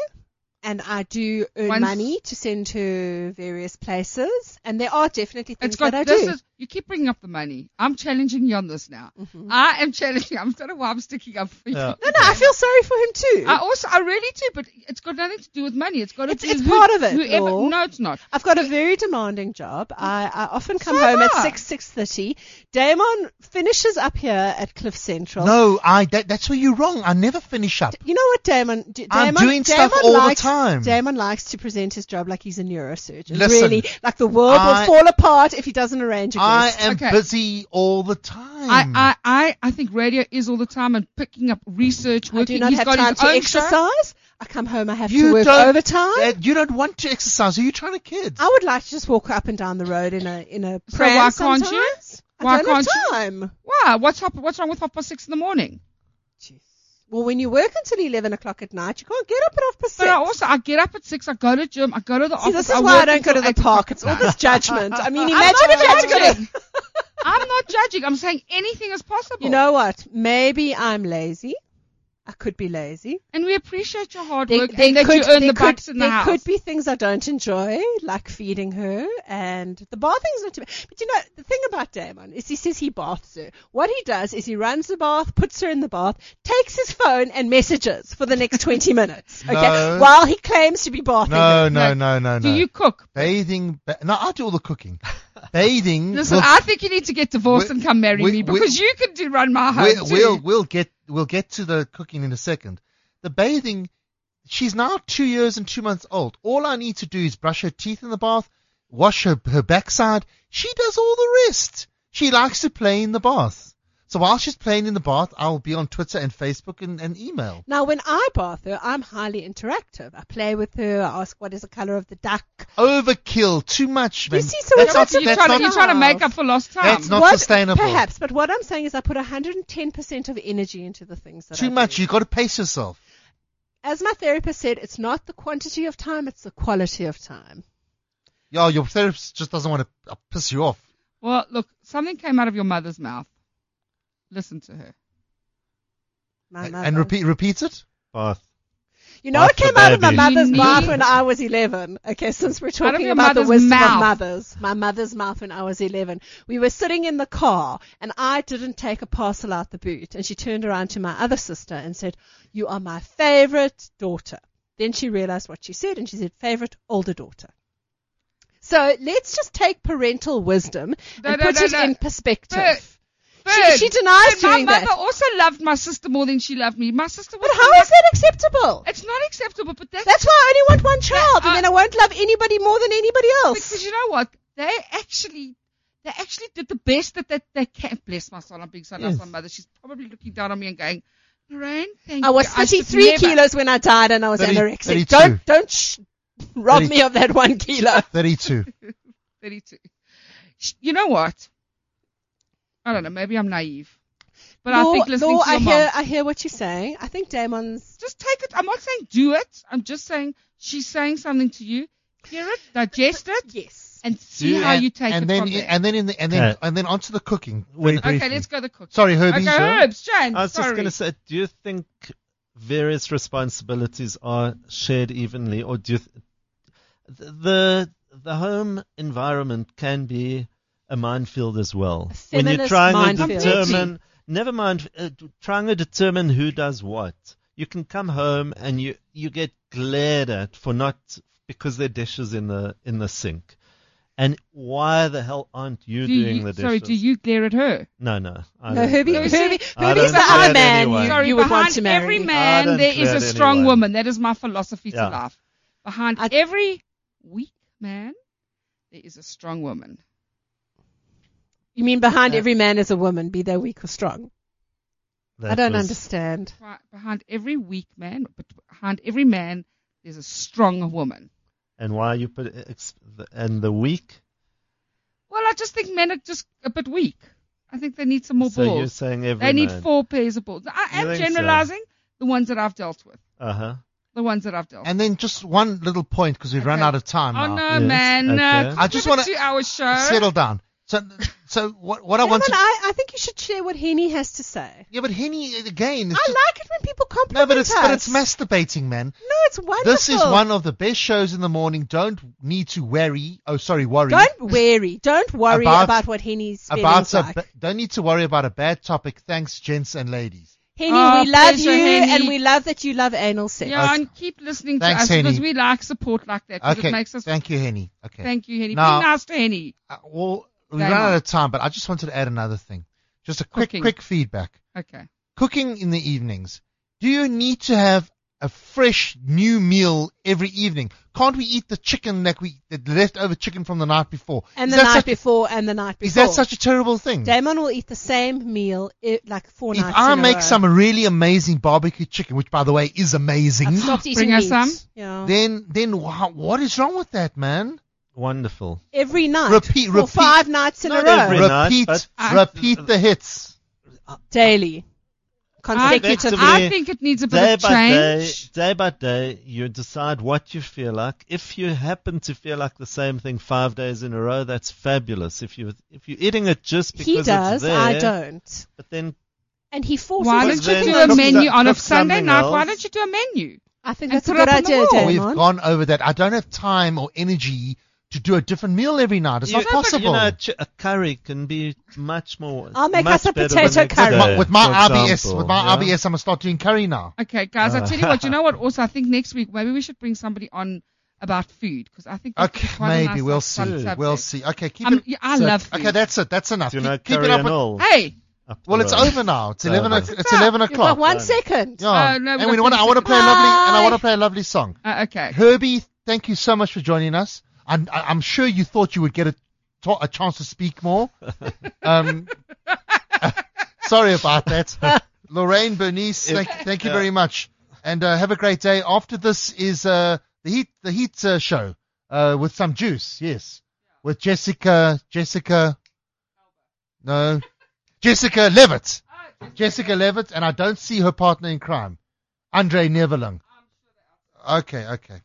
Speaker 4: and I do earn
Speaker 6: Once-
Speaker 4: money to send her various places, and there are definitely things
Speaker 6: It's got
Speaker 4: that I
Speaker 6: this
Speaker 4: do.
Speaker 6: is you keep bringing up the money. I'm challenging you on this now.
Speaker 4: Mhm.
Speaker 6: I am challenging. I'm sort of why I'm sticking up for you.
Speaker 3: Yeah.
Speaker 4: no, no, I feel sorry for him too.
Speaker 6: I also, I really do, but it's got nothing to do with money. It's got to
Speaker 4: It's-
Speaker 6: do
Speaker 4: it's
Speaker 6: who-
Speaker 4: part of it,
Speaker 6: Whoever,
Speaker 4: Law.
Speaker 6: no, it's not.
Speaker 4: I've got a very demanding job. I, I often come
Speaker 6: So
Speaker 4: home
Speaker 6: am I.
Speaker 4: at six six thirty. Damon finishes up here at Cliff Central.
Speaker 2: No, I. That, that's where you're wrong. I never finish up.
Speaker 4: You know what, Damon? D- Damon
Speaker 2: I'm doing
Speaker 4: Damon
Speaker 2: stuff all the
Speaker 4: likes,
Speaker 2: time.
Speaker 4: Damon likes to present his job like he's a neurosurgeon.
Speaker 2: Listen,
Speaker 4: really, like the world
Speaker 2: I-
Speaker 4: will fall apart if he doesn't arrange a
Speaker 2: I
Speaker 4: guest.
Speaker 2: am
Speaker 6: Okay.
Speaker 2: busy all the time.
Speaker 6: I, I, I, I think radio is all the time and picking up research,
Speaker 4: I
Speaker 6: working.
Speaker 4: do not
Speaker 6: He's
Speaker 4: have
Speaker 6: got
Speaker 4: time
Speaker 6: his
Speaker 4: to
Speaker 6: own
Speaker 4: exercise.
Speaker 6: Show.
Speaker 4: I come home. I have
Speaker 2: You
Speaker 4: to work
Speaker 2: don't-
Speaker 4: overtime.
Speaker 2: Uh, you don't want to exercise. Are you trying to kids?
Speaker 4: I would like to just walk up and down the road in a in a
Speaker 6: So
Speaker 4: pram
Speaker 6: why can't you?
Speaker 4: sometimes. I
Speaker 6: Why
Speaker 4: don't have
Speaker 6: can't you?
Speaker 4: time.
Speaker 6: Wow, what's up, what's wrong with half past six in the morning?
Speaker 4: Well, when you work until eleven o'clock at night, you can't get up at half past
Speaker 6: But
Speaker 4: six.
Speaker 6: I also, I get up at six. I go to gym. I go to the
Speaker 4: See,
Speaker 6: office.
Speaker 4: this is
Speaker 6: I
Speaker 4: why I
Speaker 6: work
Speaker 4: don't go to
Speaker 6: until
Speaker 4: the
Speaker 6: eight o'clock
Speaker 4: park. It's
Speaker 6: at
Speaker 4: all
Speaker 6: night.
Speaker 4: this judgment. I mean,
Speaker 6: <laughs> I'm
Speaker 4: imagine
Speaker 6: not
Speaker 4: if I had to go to-
Speaker 6: judging. I'm not judging. I'm saying anything is possible.
Speaker 4: You know what? Maybe I'm lazy. I could be lazy.
Speaker 6: and we appreciate your hard
Speaker 4: There-
Speaker 6: work
Speaker 4: there
Speaker 6: and that you
Speaker 4: could-
Speaker 6: earn
Speaker 4: there
Speaker 6: the
Speaker 4: could-
Speaker 6: bucks in the
Speaker 4: there
Speaker 6: house.
Speaker 4: could be things I don't enjoy, like feeding her, and the bathing's not too bad. But you know, the thing about Damon is he says he baths her. What he does is he runs the bath, puts her in the bath, takes his phone and messages for the next 20 minutes, okay?
Speaker 2: No.
Speaker 4: While he claims to be bathing
Speaker 2: no,
Speaker 4: her.
Speaker 2: no, no, no, no.
Speaker 6: Do you cook?
Speaker 2: Bathing. Ba- no, I do all the
Speaker 6: <laughs>
Speaker 2: cooking. Bathing.
Speaker 6: Listen,
Speaker 2: will-
Speaker 6: I think you need to get divorced
Speaker 2: we-
Speaker 6: and come marry
Speaker 2: we-
Speaker 6: me
Speaker 2: we-
Speaker 6: because you can do run my house.
Speaker 2: we'll, we'll we'll get we'll get to the cooking in a second. The bathing, she's now two years and two months old. All I need to do is brush her teeth in the bath, wash her her backside. She does all the rest. She likes to play in the bath. So while she's playing in the bath, I'll be on Twitter and Facebook and, and email.
Speaker 4: Now, when I bath her, I'm highly interactive. I play with her. I ask, what is the color of the duck?
Speaker 2: Overkill, too much.
Speaker 4: You
Speaker 2: man.
Speaker 4: see, so
Speaker 2: that's
Speaker 4: it's
Speaker 2: not,
Speaker 4: not-
Speaker 6: you're,
Speaker 2: that's
Speaker 6: trying,
Speaker 2: not,
Speaker 6: to- you're trying to make up for lost time.
Speaker 2: That's not
Speaker 4: What-
Speaker 2: sustainable.
Speaker 4: Perhaps, but what I'm saying is I put 110% of energy into the things that I
Speaker 2: too
Speaker 4: do.
Speaker 2: much. You got to pace yourself.
Speaker 4: As my therapist said, it's not the quantity of time, it's the quality of time.
Speaker 2: Yeah, your therapist just doesn't want to uh, piss you off.
Speaker 6: well, look, something came out of your mother's mouth. Listen to her.
Speaker 4: My mother.
Speaker 2: and repeat repeat it.
Speaker 3: Bath.
Speaker 4: You know what
Speaker 3: After
Speaker 4: came out of my
Speaker 3: baby.
Speaker 4: mother's
Speaker 6: You
Speaker 4: mouth
Speaker 6: need-
Speaker 4: when I was 11? Okay, since we're
Speaker 6: of
Speaker 4: talking
Speaker 6: your
Speaker 4: about the
Speaker 6: mother's
Speaker 4: wisdom
Speaker 6: mouth.
Speaker 4: of mothers, my mother's mouth when I was 11. We were sitting in the car and I didn't take a parcel out the boot and she turned around to my other sister and said, you are my favorite daughter. Then she realized what she said and she said, favorite older daughter. So let's just take parental wisdom
Speaker 6: No,
Speaker 4: and
Speaker 6: no,
Speaker 4: put
Speaker 6: no,
Speaker 4: it
Speaker 6: no.
Speaker 4: in perspective.
Speaker 6: Bird,
Speaker 4: she denies
Speaker 6: but my
Speaker 4: doing
Speaker 6: mother
Speaker 4: that.
Speaker 6: also loved my sister more than she loved me. My sister was.
Speaker 4: But how is that acceptable?
Speaker 6: It's not acceptable, but that's,
Speaker 4: That's why I only want one child,
Speaker 6: uh,
Speaker 4: and then I won't love anybody more than anybody
Speaker 6: because
Speaker 4: else.
Speaker 6: you know what? They actually. They actually did the best that they, they can. Bless my soul, I'm being so nice to my mother. She's probably looking down on me and going, Lorraine, thank
Speaker 4: I was
Speaker 6: you. should
Speaker 4: 33
Speaker 6: never-
Speaker 4: kilos when I died, and I was
Speaker 2: Thirty-
Speaker 4: anorexic.
Speaker 2: 32.
Speaker 4: Don't don't sh- rob
Speaker 2: 30.
Speaker 4: me of that one kilo.
Speaker 2: 32.
Speaker 6: 32. Sh- You know what? I don't know. Maybe I'm naive, but I
Speaker 4: Lou-
Speaker 6: think listening
Speaker 4: Lou,
Speaker 6: to your
Speaker 4: I
Speaker 6: mom.
Speaker 4: hear I hear what you're saying. I think Damon's.
Speaker 6: Just take it. I'm not saying do it. I'm just saying she's saying something to you. Hear it, digest it,
Speaker 4: Yes.
Speaker 6: and <laughs> see how
Speaker 2: and,
Speaker 6: you take
Speaker 2: and
Speaker 6: it
Speaker 2: then
Speaker 6: from there.
Speaker 2: and then in the and then
Speaker 3: Okay.
Speaker 2: and then onto the cooking very
Speaker 6: okay,
Speaker 2: briefly.
Speaker 6: let's go to the cook.
Speaker 2: Sorry, Herbie.
Speaker 6: Okay,
Speaker 2: sir.
Speaker 6: herbs, Jane.
Speaker 3: I was
Speaker 6: sorry.
Speaker 3: just going to say, do you think various responsibilities are shared evenly, or do you th- the the home environment can be a minefield as well?
Speaker 4: A
Speaker 3: When you're
Speaker 4: feminist
Speaker 3: trying to
Speaker 4: minefield.
Speaker 3: determine, never mind uh, d- trying to determine who does what. You can come home and you you get glared at for not because there are dishes in the in the sink. And why the hell aren't you
Speaker 6: do
Speaker 3: doing
Speaker 6: you,
Speaker 3: the
Speaker 6: sorry,
Speaker 3: dishes?
Speaker 6: do you glare at her?
Speaker 3: No, no. I
Speaker 4: No,
Speaker 3: don't-
Speaker 4: Herbie,
Speaker 6: Lucy,
Speaker 4: Herbie,
Speaker 3: I
Speaker 4: Herbie's
Speaker 3: don't
Speaker 4: the other
Speaker 3: glare
Speaker 4: man
Speaker 3: anyone.
Speaker 4: you,
Speaker 6: Sorry,
Speaker 4: you would
Speaker 6: behind
Speaker 4: want to marry.
Speaker 6: every
Speaker 3: I
Speaker 6: man
Speaker 3: don't
Speaker 6: there is
Speaker 3: glare
Speaker 6: a
Speaker 3: at
Speaker 6: strong
Speaker 3: anyone.
Speaker 6: woman. That is my philosophy
Speaker 3: Yeah.
Speaker 6: to life. Behind
Speaker 4: I-
Speaker 6: every weak man, there is a strong woman.
Speaker 4: You mean behind
Speaker 3: Uh,
Speaker 4: every man is a woman, be they weak or strong? I
Speaker 3: That
Speaker 4: don't
Speaker 3: was-
Speaker 4: understand.
Speaker 6: Right, Behind every weak man, but behind every man, there's a strong woman.
Speaker 3: And why you put ex- the- and the weak?
Speaker 6: Well, I just think men are just a bit weak. I think they need some more
Speaker 3: so you're
Speaker 6: balls.
Speaker 3: saying every
Speaker 6: They need
Speaker 3: man.
Speaker 6: four pairs of balls. I
Speaker 3: You
Speaker 6: am
Speaker 3: think so?
Speaker 6: generalizing the ones that I've dealt with.
Speaker 3: Uh huh.
Speaker 6: The ones that I've dealt with.
Speaker 2: And then just one little point because we've run
Speaker 6: Okay.
Speaker 2: out of time
Speaker 6: Oh,
Speaker 2: now.
Speaker 3: Yes,
Speaker 6: no, man.
Speaker 3: okay.
Speaker 6: Uh,
Speaker 2: I just
Speaker 6: want
Speaker 2: wanna
Speaker 6: to do our show.
Speaker 2: Settle down. So, so what? What I
Speaker 4: No,
Speaker 2: want
Speaker 4: but
Speaker 2: to
Speaker 4: I, I think you should share what Henny has to say.
Speaker 2: yeah, but Henny again. It's
Speaker 4: I
Speaker 2: just,
Speaker 4: like it when people compliment
Speaker 2: no, but it's
Speaker 4: us.
Speaker 2: but it's masturbating, man.
Speaker 4: No, it's wonderful.
Speaker 2: This is one of the best shows in the morning. Don't need to worry. Oh, sorry, worry
Speaker 4: Don't worry. Don't worry about,
Speaker 2: About-
Speaker 4: what Henny's
Speaker 2: about
Speaker 4: feelings
Speaker 2: a.
Speaker 4: like.
Speaker 2: ba- don't need to worry about a bad topic. Thanks, gents and ladies. <laughs>
Speaker 4: Henny,
Speaker 6: Oh,
Speaker 4: we love
Speaker 6: pleasure,
Speaker 4: you,
Speaker 6: Henny.
Speaker 4: and we love that you love anal sex.
Speaker 6: Yeah,
Speaker 2: Okay.
Speaker 6: and keep listening to
Speaker 2: Thanks,
Speaker 6: us because
Speaker 2: Henny.
Speaker 6: we like support like that. 'cause
Speaker 2: Okay,
Speaker 6: It makes us.
Speaker 2: thank you, Henny. Okay,
Speaker 6: Thank you, Henny.
Speaker 2: Now-
Speaker 6: Be nice to Henny.
Speaker 2: Uh, well, we
Speaker 6: Very
Speaker 2: ran out
Speaker 6: much.
Speaker 2: of time, but I just wanted to add another thing. Just a quick,
Speaker 6: Cooking.
Speaker 2: quick feedback.
Speaker 6: Okay.
Speaker 2: Cooking in the evenings. Do you need to have a fresh new meal every evening? Can't we eat the chicken that we, the leftover chicken from the night before?
Speaker 4: And
Speaker 2: Is
Speaker 4: the
Speaker 2: that
Speaker 4: night
Speaker 2: such-
Speaker 4: before, and the night before.
Speaker 2: Is that such a terrible thing?
Speaker 4: Damon will eat the same meal i like four
Speaker 2: if
Speaker 4: nights
Speaker 2: I
Speaker 4: in a row.
Speaker 2: make some really amazing barbecue chicken, which by the way is
Speaker 4: I've
Speaker 2: amazing,
Speaker 4: stopped eating
Speaker 6: Bring us
Speaker 4: meat.
Speaker 6: some.
Speaker 4: Yeah.
Speaker 2: then then wha- what is wrong with that, man?
Speaker 3: Wonderful.
Speaker 4: every night.
Speaker 2: Repeat,
Speaker 4: for
Speaker 2: repeat.
Speaker 4: five nights in a
Speaker 3: Not
Speaker 4: row.
Speaker 3: every- night,
Speaker 2: repeat,
Speaker 3: but-
Speaker 2: repeat the hits.
Speaker 4: Daily. Consecutive.
Speaker 3: Actively.
Speaker 6: I think it needs a bit
Speaker 3: Day
Speaker 6: of
Speaker 3: by
Speaker 6: change.
Speaker 3: day, day by day, you decide what you feel like. If you happen to feel like the same thing five days in a row, that's fabulous. If you if you're eating it just because
Speaker 4: He
Speaker 3: it's
Speaker 4: does,
Speaker 3: there,
Speaker 4: I don't.
Speaker 3: But then
Speaker 4: And he forces
Speaker 6: Why
Speaker 4: me
Speaker 6: don't
Speaker 3: Because
Speaker 4: to
Speaker 6: you
Speaker 3: then
Speaker 6: do
Speaker 4: it.
Speaker 6: a
Speaker 3: cook
Speaker 6: menu
Speaker 3: so-
Speaker 6: on a
Speaker 3: cook
Speaker 6: Sunday
Speaker 3: something
Speaker 6: night? Why
Speaker 3: else.
Speaker 6: don't you do a menu?
Speaker 4: I think
Speaker 6: and
Speaker 4: that's a
Speaker 6: put it
Speaker 4: good
Speaker 6: up on the
Speaker 4: idea,
Speaker 6: wall?
Speaker 2: We've
Speaker 4: Damon.
Speaker 2: gone over that. I don't have time or energy to do a different meal every night. It's
Speaker 3: you,
Speaker 2: not possible.
Speaker 3: You know, a ch- a curry can be much more.
Speaker 4: I'll make
Speaker 3: much
Speaker 4: us a
Speaker 3: better the
Speaker 4: potato
Speaker 2: with
Speaker 3: next
Speaker 4: curry.
Speaker 2: my,
Speaker 3: day,
Speaker 2: with my
Speaker 3: for
Speaker 2: RBS,
Speaker 3: example,
Speaker 2: with my
Speaker 3: yeah?
Speaker 2: RBS, I'm gonna start doing curry now.
Speaker 6: Okay, guys, I
Speaker 3: Ah.
Speaker 6: tell you
Speaker 2: <laughs>
Speaker 6: what. You know what? Also, I think next week maybe we should bring somebody on about food because I think that's
Speaker 2: Okay,
Speaker 6: quite a
Speaker 2: maybe
Speaker 6: nice
Speaker 2: we'll see.
Speaker 6: sub- subject.
Speaker 2: We'll see. Okay, keep
Speaker 6: Um,
Speaker 2: it.
Speaker 6: yeah, I
Speaker 2: so-
Speaker 6: love food.
Speaker 2: Okay, that's it. That's enough.
Speaker 3: Do you
Speaker 2: Keep-
Speaker 3: know,
Speaker 2: keep
Speaker 3: curry
Speaker 2: it up.
Speaker 3: and
Speaker 2: with-
Speaker 3: all. Uh,
Speaker 6: Hey,
Speaker 3: up the
Speaker 2: Well, it's
Speaker 3: road.
Speaker 2: over now. It's
Speaker 3: No,
Speaker 2: eleven.
Speaker 3: no.
Speaker 2: o'clock. It's eleven
Speaker 4: You've got
Speaker 2: o'clock.
Speaker 4: one
Speaker 3: Done.
Speaker 4: second.
Speaker 2: Yeah.
Speaker 6: Oh, no, we've
Speaker 2: and we
Speaker 6: got
Speaker 2: want. I
Speaker 6: things
Speaker 2: want to
Speaker 6: to-
Speaker 2: play a lovely. And I
Speaker 4: Bye.
Speaker 2: want to play a lovely song.
Speaker 6: uh, okay.
Speaker 2: Herbie, thank you so much for joining us. And I, I'm sure you thought you would get a, to- a chance to speak more. Um, <laughs> sorry about that. Lorraine, Bernice, thank, thank you very much. And uh, have a great day. After this is uh, the Heat, the heat uh, show uh, with some juice, yes. With Jessica, Jessica, no, Jessica Levitt. Jessica Levitt, and I don't see her partner in crime, Andre Neverlung. Okay, okay.